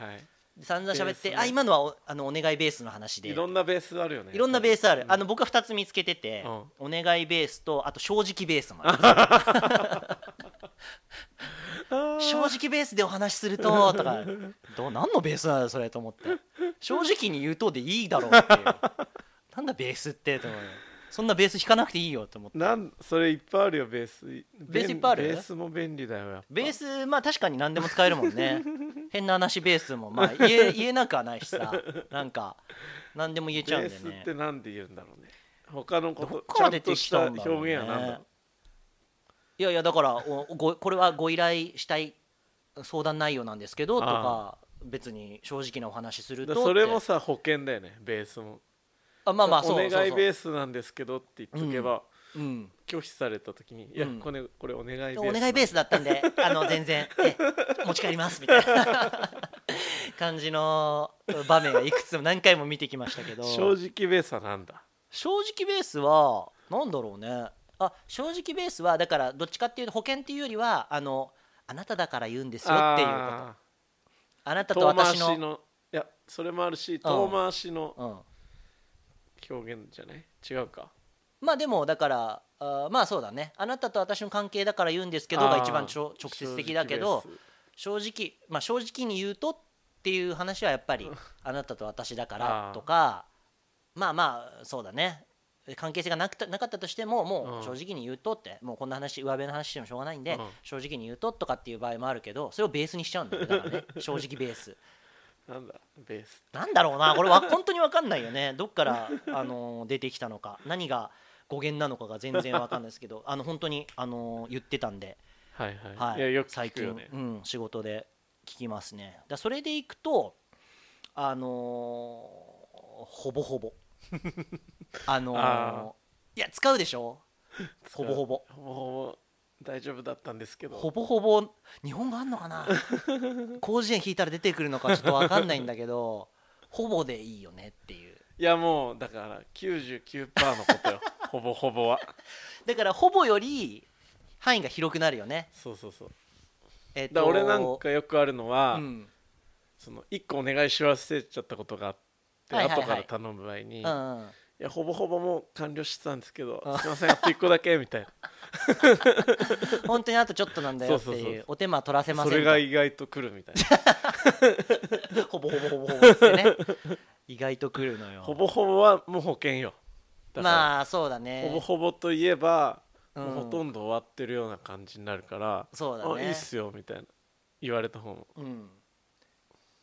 散々喋って、ベースねあ今のはおあのお願いベースの話でいろんなベースあるよねいろんなベースある、うんあの僕は2つ見つけてて、お願いベースとあと正直ベースもあるあー正直ベースでお話しする ととかどう何のベースなんだよそれと思って正直に言うとでいいだろうっていうなんだベースってと思うよそんなベース弾かなくていいよと思ってなんそれいっぱいあるよベースベースいっぱいあるベースも便利だよやっぱベースまあ確かに何でも使えるも んね変な話ベースもまあ言え言えなくはないしさなんか何でも言えちゃうんベだよースねってなんで言うんだろうね他のこどっとかちゃらん出とてしきたたんだ表ろうね現は何だろういやいやだからおごこれはご依頼したい相談内容なんですけどとか別に正直なお話しするとだそれもってさ保険だよねベースもあまあまあそうお願いベーースなんですけどって言っとけば、ス、うん、拒否された時に「いや、うんこれこれお願いベースお願いベーススだったんであの全然ええ持ち帰りますみたいな 感じの場面はいくつも何回も見てきましたけど正直ベースはなんだ正直ベースはなんだろうねあ正直ベースはだからどっちかっていうと保険っていうよりはあのあなただから言うんですよっていうことああなーたと遠回私しののいやそれもあるし遠回しのうん、表現じゃない違うかまあでもだからあーまあそうだねあなたと私の関係だから言うんですけどあがー一番ちょ直接的だけど正直ベース正直まあ正直に言うとっていう話はやっぱりあなたと私だからとかまあまあそうだね関係性がなくたなかったとしてもうもんう正直に言うとってもうこんな話上辺の話してもしょうがないんうでん正直に言うととかっていう場合もあるけどそれをベースにしちゃうんだよねだから ね正直ベースなんだベースなんだろうなこれは本当に分かんないよねどっから、あのー出てきたのか何が語源なのかが全然分かんないですけどあの本当に、あのー言ってたんで、はいはい、はいいやよく最聞く近、よねうん、仕事で聞きますねだそれでいくとあのーほぼほぼ あのーあいや使うでしょ使ほうぼほぼほぼほぼ大丈夫だったんですけどほぼほぼ日本語あんの かな広辞苑引いたら出てくるのかちょっと分かんないんだけどほぼでいいよねっていういやもうだから99%のこと よほぼほぼはだからほぼより範囲が広くなるよねそうそうそうえっだから俺なんかよくあるのは、うんその1個お願いし忘れちゃったことがあって、はいはいはい後から頼む場合に、ういんうん、やほぼほぼもう完了してたんですけどうんすいませんあと1個だけみたい な本当にあとちょっとなんだよってそうそうそいううお手間取らせまそせんとれが意外と来るみたい なほぼほぼほ ぼほぼっつってね意外と来るのよほぼほぼはもう保険よだから、まあそうだねほぼほぼといえば、うんもうほとんど終わってるような感じになるからそうだねあいいっすよみたいな言われた方もうん、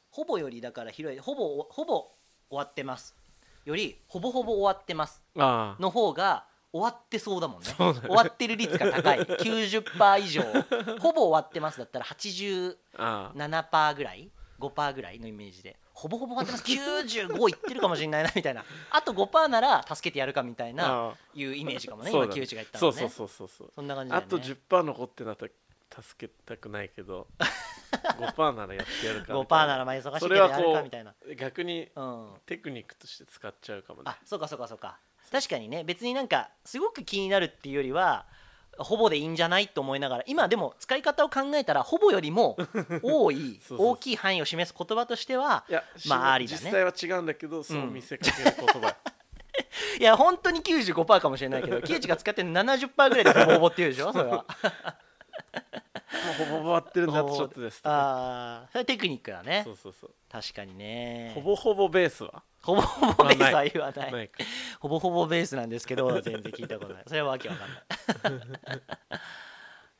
ほぼよりだから広いほぼほぼ終わってますよりほぼほぼ終わってますああの方が終わってそうだもんねそうだね終わってる率が高い 90%以上ほぼ終わってますだったら87%ああぐらい5%ぐらいのイメージでほぼほぼ終わってます95いってるかもしれないなみたいなあと5%なら助けてやるかみたいなああいうイメージかもねそう今だね木内が言ったそのうそうねそうそうそうそんな感じだよあねと10%残ってなったら助けたくないけ ど5%ならやってやるかみ5%たいならまあ忙しいけそどれはやるこかみたいなう逆にうんテクニックとして使っちゃうかもねあそうかそうかそうか確かにね別になんかすごく気になるっていうよりはほぼでいいんじゃないと思いながら今でも使い方を考えたらほぼよ りも多いそうそう大きい範囲を示す言葉としてはいや、まあしありだね実際は違うんだけどそう見せかける言葉、いや本当に95%かもしれないけど木内が使ってる70%ぐらいでほぼほぼっていうで しょそれはもうほぼほぼ終わってるんだとちょっとですとかあーそれテクニックだねそうそうそう確かにねほぼほぼベースはほぼほぼベー スは言わないないかほぼほぼベースなんです けど全然聞いたことないそれはわけわかんない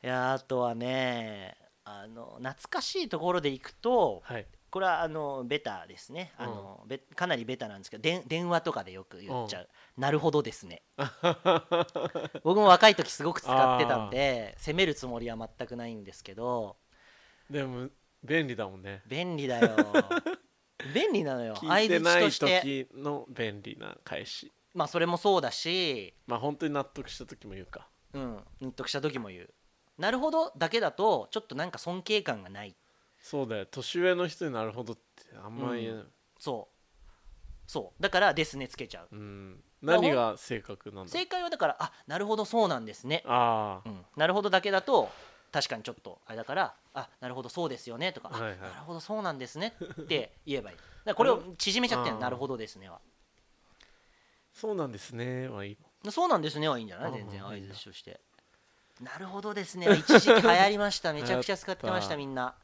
いやあとはねあの懐かしいところでいくとはいこれはあのベタですねあの、べかなりベタなんですけどでん電話とかでよく言っちゃう、なるほどで すね僕も若い時すごく使ってたんで責めるつもりは全くないんですけどでも便利だもんね便利 だよ便利なのよ聞相いて槌ないとして時の便利な返しまあそれもそうだしまあ本当に納得した時も言うかうん、納得した時も言うなるほどだけだとちょっとなんか尊敬感がないそうだよ年上の人になるほどってあんまり言えないそうそうだから「ですね」つけちゃうう、ん、何が正確なんだ正解はだから「あなるほどそうなんですね」ああうん、なるほどだけだと確かにちょっとあれだから「あなるほどそうですよね」とか、あはいはいなるほどそうなんですね」って言えばいいだからこれを縮めちゃってんのあーなるほどですね」はそうなんですねはいい「そうなんですね」はいいんじゃない全然あー相いいんだづちとして「なるほどですね」は一時期流行りましためちゃくちゃ使ってまし 流行ったたみんな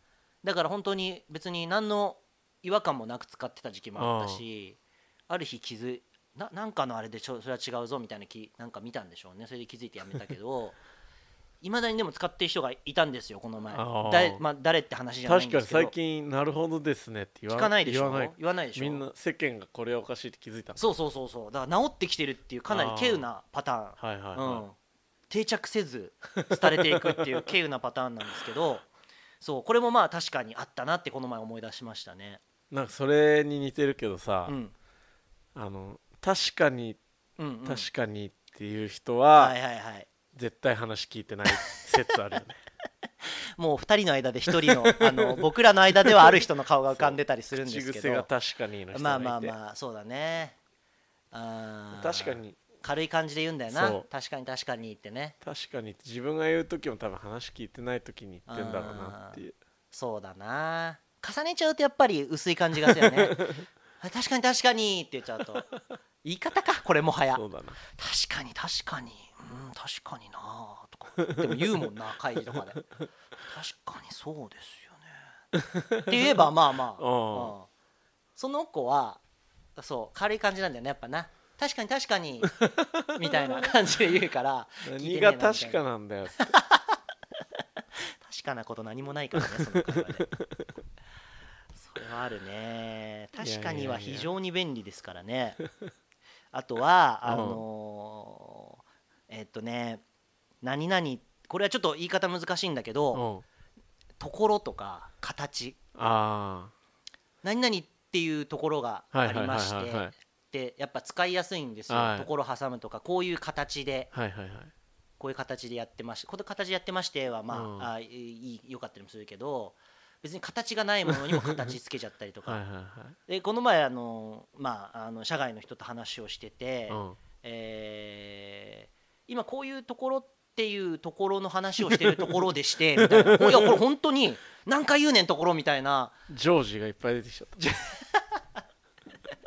だから本当に別に何の違和感もなく使ってた時期もあったしある日気づいななんかのあれでちょそれは違うぞみたいな気なんか見たんでしょうねそれで気づいてやめたけど いまだにでも使ってる人がいたんですよこの前あー誰,、まあ、誰って話じゃない確んかでにすけど最近なるほどですねって言わ聞かないでしょ言わない言わないでしょみんな世間がこれはおかしいって気づいたのそうそうそうそうだから治ってきてるっていうかなり稀有なパターンはいはいうんは、定着せず廃れていくっていう 稀有なパターンなんですけどそうこれもまあ確かにあったなってこの前思い出しましたね。いなんかそれに似てるけどさ、うんあの確かにうんうん、確かにっていう人ははいはいはい絶対話聞いてない説 あるよねもう2人の間で1人のあ の僕らの間ではある人の顔が浮かんでたりするんで口すけ癖がど確かにの人まがあいてまあまあそうだねあー確かに軽い感じで言うんだよなそう確かに確かにってね確かに自分が言う時も多分話聞いてない時に言ってんだろうなっていうそうだな重ねちゃうとやっぱり薄い感じがするよ ねあ確かに確かにって言っちゃうと言い方かこれもはやそうだな確かに確かにうん確かになあとかでも言うもんな会議とかで確かにそうですよねって言 えばまあまあ、うんうんその子はそう軽い感じなんだよねやっぱな確かに確かにみたいな感じで言うから聞 何いてねえながみたいな確かなんだよって確かなこと何もないからねその会話でそれはあるねやいやいや確かには非常に便利ですからねあとはうんあのーえっとね何々これはちょっと言い方難しいんだけうどんところとか形あ何々っていうところがあはいあはいりはいましはいてはいはいでやっぱ使いやすいんですよはいところ挟むとかこういう形ではいはいこういう形でやってましてこの形でやってましてはまあ,、うんあいい良かったりもするけど別に形がないものにも形つけちゃったりと か、はいはいはでこの前あの、まあ、あの社外の人と話をしてて、いうんえー今こういうところっていうところの話をしてるところでしてみたいな「いやこれ本当に何回言うねんところ」みたいなジョージがいっぱい出てきちゃった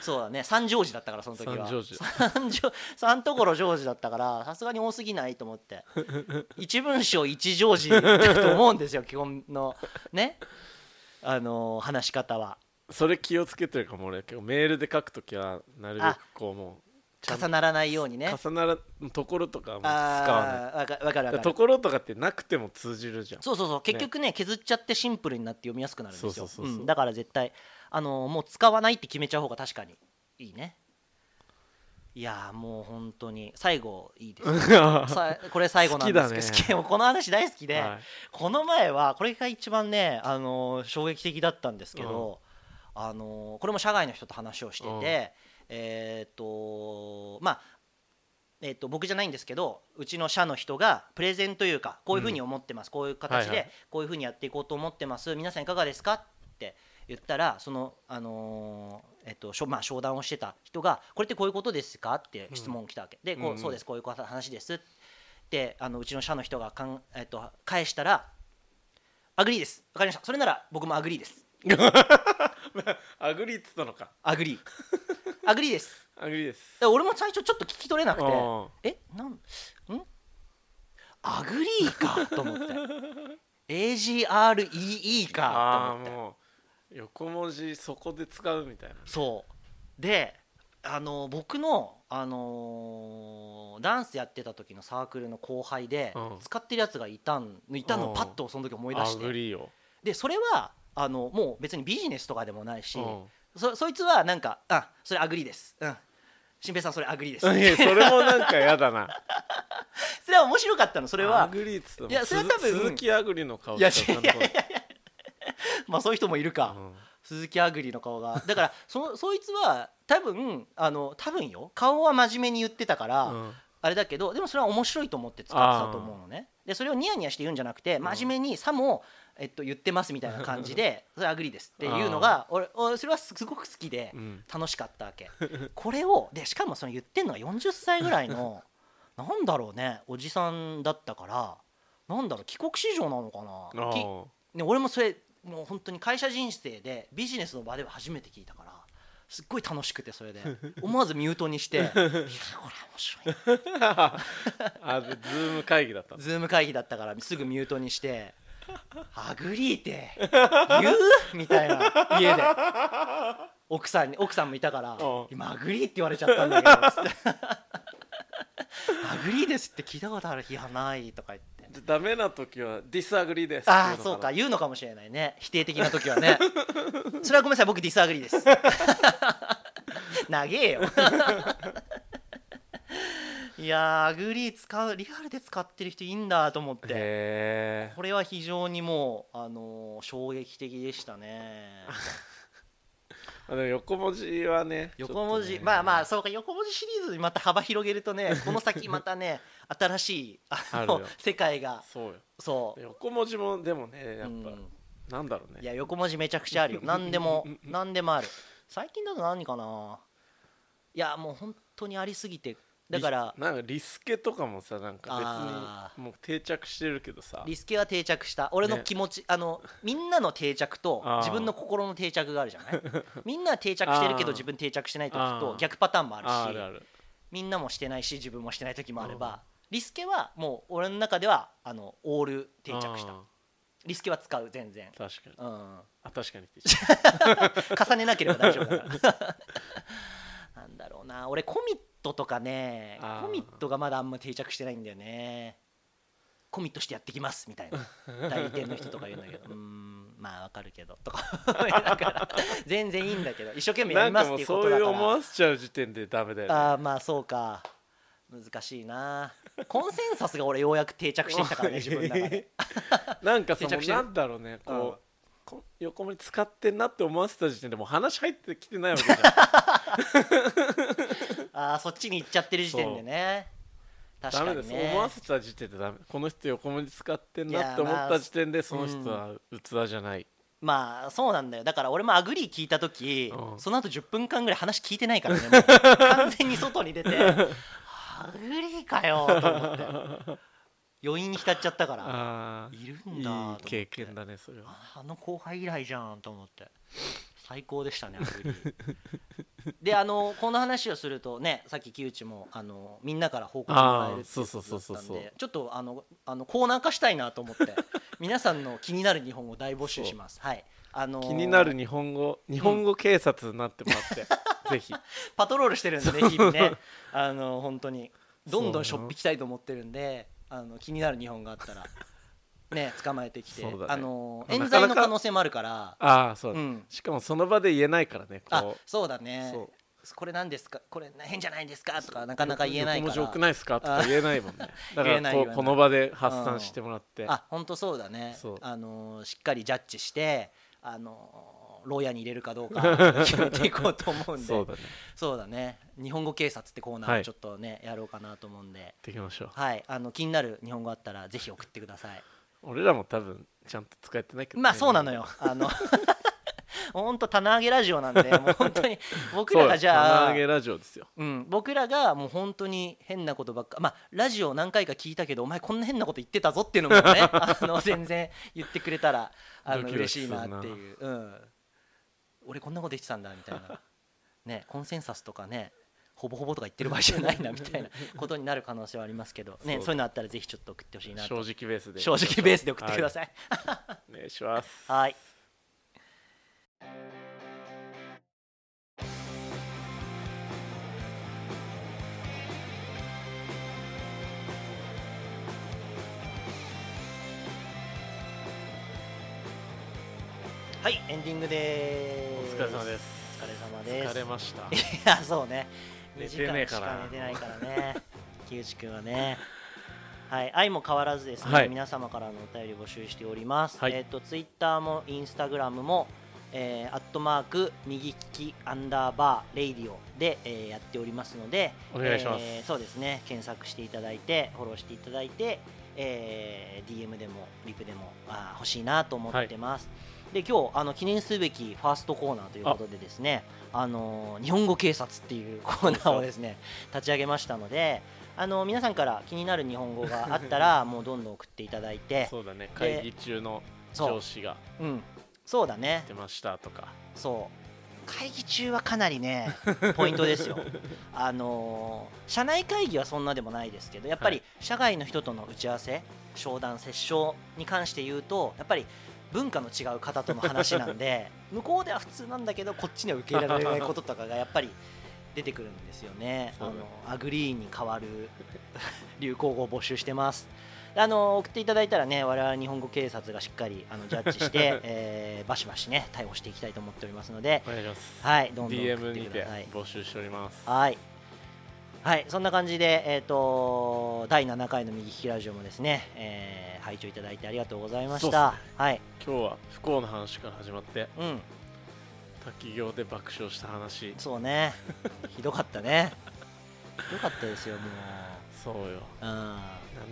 そうだね三ジョージだったからその時は三ジョージ三ジョ三ところジョージだったからさすがに多すぎないと思って 一文章一ジョージだと思うんですよ基本のねあのー話し方はそれ気をつけてるかも俺結構メールで書くときはなるべくこうもうちゃんと重ならないようにね重ならんところとかはもう使わないああーわかわかるだかわからるところとかってなくても通じるじゃんそうそうそう結局ね削っちゃってシンプルになって読みやすくなるんですそうよそうそうそううんだから絶対あのーもう使わないって決めちゃう方が確かにいいねいやーもう本当に最後いいですねさこれ最後なんです好きだけど好ねきもうこの話大好き で、はいこの前はこれが一番ね、あのー衝撃的だったんですけど、あのーこれも社外の人と話をしてて、うんえーっ、とまあえーっと僕じゃないんですけどうちの社の人がプレゼンというかこういうふうに思ってます、こういう形はいはでいこういうふうにやっていこうと思ってます皆さんいかがですかって言ったらその、あのーえっとしょまあ、商談をしてた人がこれってこういうことですかって質問来たわけ、でうこんうそうですこういう話ですってあのうちの社の人がかん、えっと、返したらアグリーですわかりましたそれなら僕もアグリーですアグリーっつったのかアグリーアグリーですアグリーですで俺も最初ちょっと聞き取れなくてうんえなんんアグリーかと 思って AGREE あかあと思ってもう横文字そこで使うみたいなそうであの僕の、あのーダンスやってた時のサークルの後輩で、うん使ってるやつがいたんいたのうをんパッとその時思い出アして、グリーをでそれはあのもう別にビジネスとかでもないし、うんそそいつはなんか「あそれアグリです」うん「新平さんそれアグリです」 いやそれもなんかやだなそれは面白か ったのそれアはグリーっつったのいやそれは多分鈴鈴木アグリの顔いやしか浮かんでこないまあそういう人もいるか、うん鈴木アグリの顔がだからそそいつは多分あの多分よ顔は真面目に言ってたから、うんあれだけどでもそれは面白いと思って使ってたと思うのねでそれをニヤニヤして言うんじゃなくてん真面目にさも、えっと、言ってますみたいな感 じでそれアグリですっていうのが俺俺それはすごく好きでうん楽しかったわけこれをでしかもその言ってんのが40歳ぐら いのなんだろうねおじさんだったからなんだろう帰国子女なのかなあきーね、俺もそれもう本当に会社人生でビジネスの場では初めて聞いたからすっごい楽しくてそ れで思わずミュートにしていやこれ面白いな あでズーム会議だったのズーム会議だったからすぐミュートにして「アグリーって 言う?」みたいな家で奥さんに奥さんもいたからうん「今アグリーって言われちゃったんだけど」つって「アグリーです」って聞いたことある日はないとか言って。じゃダメな時はディスアグリーですああっていそうのうかな言うのかもしれないね否定的な時は ねそれはごめんなさい僕ディスアグリーです 長 えよいやーアグリー使うリアルで使ってる人いいんだと思ってへこれは非常にもう、あのー衝撃的でしたねえでも横文字はね 横文字、ちょっとねまあまあそうか横文字シリーズにまた幅広げるとねこの先またね新しいああのるよ世界がそうよそう横文字もでもねやっぱ、うんなんだろうねいや横文字めちゃくちゃあるよ何 でも何でもある最近だと何かないやもう本当にありすぎてだからリなんかリスケとかもさなんかあ別にもう定着してるけどさリスケは定着した俺のね気持ち、あのみんなの定着とあー自分の心の定着があるじ ゃないみんなは定着してるけあーど自分定着してない時あとー逆パターンもあるしああるあるみんなもしてないし自分もしてない時もあれうんばリスケはもう俺の中ではあのオール定着したあリスケは使う全然ー、確かにうん、あ確かに定着した重ねなければ大丈夫だから なんだろうな俺コミットとかねあーコミットがまだあんま定着してないんだよねコミットしてやってきますみたいな代理店の人とか言うんだけど うーんまあわかるけどとか思いながら全然いいんだけど一生懸命やなりんまかすっもうていうこそとうだいかうら思わせちゃう時点でダメだよねああまあそうか難しいなコンセンサスが俺ようやく定着してき たからね自分の中でなんかさ定も着うしてるなんだろうねこう、うんこ横文字使ってんなって思わせた時点でもう話入ってきてないわ けじゃんああそっちに行っちゃってる時点でね確ダかメでにす、ね思わせた時点でダメこの人横文字使ってんなって思っいやまあた時点でその人は器じゃない、まあそうなんだよだから俺もアグリー聞いた時、うんその後10分間ぐらい話聞いてないからねもう 完全に外に出てアグリーかよと思って 余韻に浸っちゃったからああいるんだと思いっいて経験だねそれはああの後輩以来じゃんと思って最高でしたねアグリー であのこの話をするとねさっき木内もあのみんなから報告もらえるっていあーうことそだっうそうそうたんそうそうでちょっとあのあのコーナー化したいなと思って皆さんの気になる日本語大募集しますはいあのー気になる日本語日本語警察になってもらって、ぜひパトロールしてるんでね日々ねあの本当にどんどんしょっぴきたいと思ってるんであの気になる日本があったらね捕まえてきて、そうだねあのなかなか冤罪の可能性もあるからああそう、うんしかもその場で言えないからねあこうそうだねそこれなんですかこれ変じゃないですかとかなかなか言えないか横文字多くらないですかとか言えない もんねだ言かえならいこ言えなういこの場で発散してもらって、あ本当そうだねそうあのーしっかりジャッジしてあのー牢屋に入れるかどう か決めていこうと思うんでそうだねそうだね日本語警察ってコーナはーいちょっとね、やろうかなと思うんでできましょうはいあの気になる日本語あったらぜひ送ってください俺らも多分ちゃんと使えてないけどね、まあそうなのよ あの本当棚上げラジオなんでもう本当に僕らがじゃそうよ棚あ上げラジオですようん、僕らがもう本当に変なことばっか、まあ、ラジオ何回か聞いたけどお前こんな変なこと言ってたぞっていうの もねあの全然言ってくれたらあのドキドキ嬉しいなっていう、うん、俺こんなこと言ってたんだみたいな、ね、コンセンサスとかねほぼほぼとか言ってる場合じゃないなみたいな ことになる可能性はありますけど、ね、そうそういうのあったらぜひちょっと送ってほしいな正と直ベースで正直ベースで送ってくだい、さい。はいお願いしますはいはい、エンディングでおす。疲れ様ですお疲れ様です疲れましたいや、そうね。寝2て時間ねえしからか寝てないからね。木内くんはね。はい、愛も変わらずですね、はい皆様からのお便り募集しております。はいえっ、と、ツイッターもインスタグラムも、えーアットマーク右利きアンダーバーレイディオで、えーやっておりますので、お願いしますえーそうですね、検索していただいて、フォローしていただいて、えー DM でもリプでもあー欲しいなと思ってます。で今日あの記念すべきファーストコーナーということでですねあのー日本語警察っていうコーナーをですね立ち上げましたのであの皆さんから気になる日本語があったらもうどんどん送っていただいてそうだね会議中のそう上司がうん、そうだね出ましたとかそう会議中はかな りねポイントですよあのー社内会議はそんなでもないですけどやっぱりは社外の人との打ち合わせ商談折衝に関して言うとやっぱり文化の違う方との話な んで向こうでは普通なんだけどこっちには受け入れられないこととかがやっぱり出てくるんですよねそあうのだねアグリーに代わる 流行語を募集してますあの送っていただいたらね我々日本語警察がしっかりあのジャッジ して、えーバシバシね逮捕していきたいと思っておりますのでお願いしますはいどんどん送っ DM てにくだてさい募集しておりますはいはいそんな感じでえっ、と第7回の右利きラジオもですね、えー、拝聴いただいてありがとうございましそうた、っすねはい今日は不幸な話から始まってうん滝行で爆笑した話そうね ひどかったねひどかったですよもうそうようん何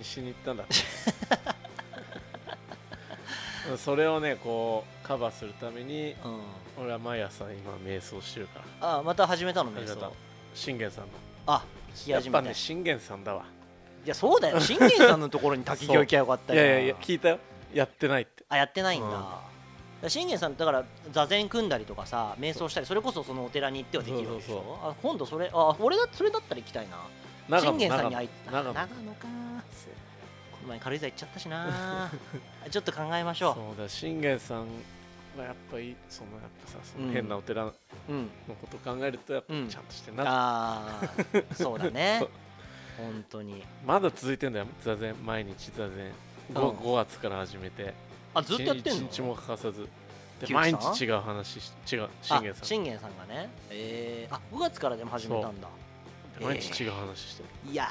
しに行ったんだって それをねこうカバーするためにうん、俺は毎朝今瞑想してるからあまた始めたのあり瞑がとう想信玄さんのあ聞きやっ始めぱた、ね信玄さんだわいやそうだよ信玄さんのところに滝行行きゃよかったいよやいやいや聞いたよやってないってあやってないんだ、うんだから信玄さんだから座禅組んだりとかさ瞑想したりそれこそそのお寺に行ってはできるわけでしょそうそうあ今度それあ俺だそれだったら行きたいな長野信玄さんに長会い野あ長野長野かこの前軽井沢行っちゃった しなちょっと考えましそうょそうだ信玄さんはやっぱりそのやっぱさその変なお寺のううんこと考えるとやっぱうんちゃんとしてんな、ああそうだねそう本当にまだ続いてんだよ座禅毎日座禅 5,、うん5月から始めてあずっとやってんの一日も欠かさずで木内毎さん日違う話し違うあ信玄さん信玄さんがねえー、あ5月からでも始めたんだで毎日違う話してる、いや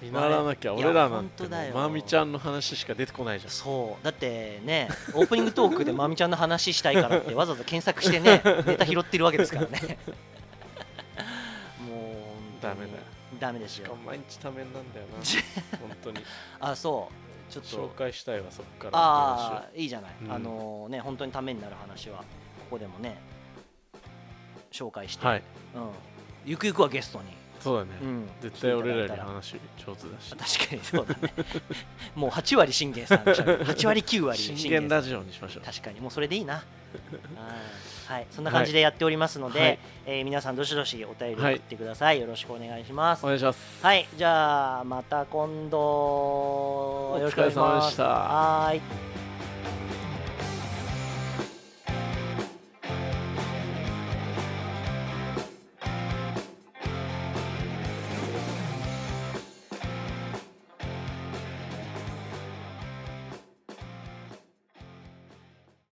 見習わなきゃいや俺らなんて本当だよまみちゃんの話しか出てこないじーゃんそうだってねオープニングトークでまみちゃんの話したいからってわざわざ検索し てねネタ拾ってるわけですからねもう本当ダメにだよダメですしかよも毎日多面なんだよな 本当にあそうちょっと紹介したいわそっからああいいじゃない、うんあのね本当にためになる話はここでもね紹介して、はいうん、ゆくゆくはゲストに、そうだうねん、絶対俺らより聞いていただいたら話上手だし確かにそうだね もう8割信玄さんでしょ8割9割信信玄さ玄んラジオにしましょう確かにもうそれでい いなはいはいそんな感じでやっておりますので、はいえー皆さんどしどしお便り送ってください、よろしくお願いしますお願いしますはいじゃあまた今度よろしくお願いしますお疲れ様でしたはーい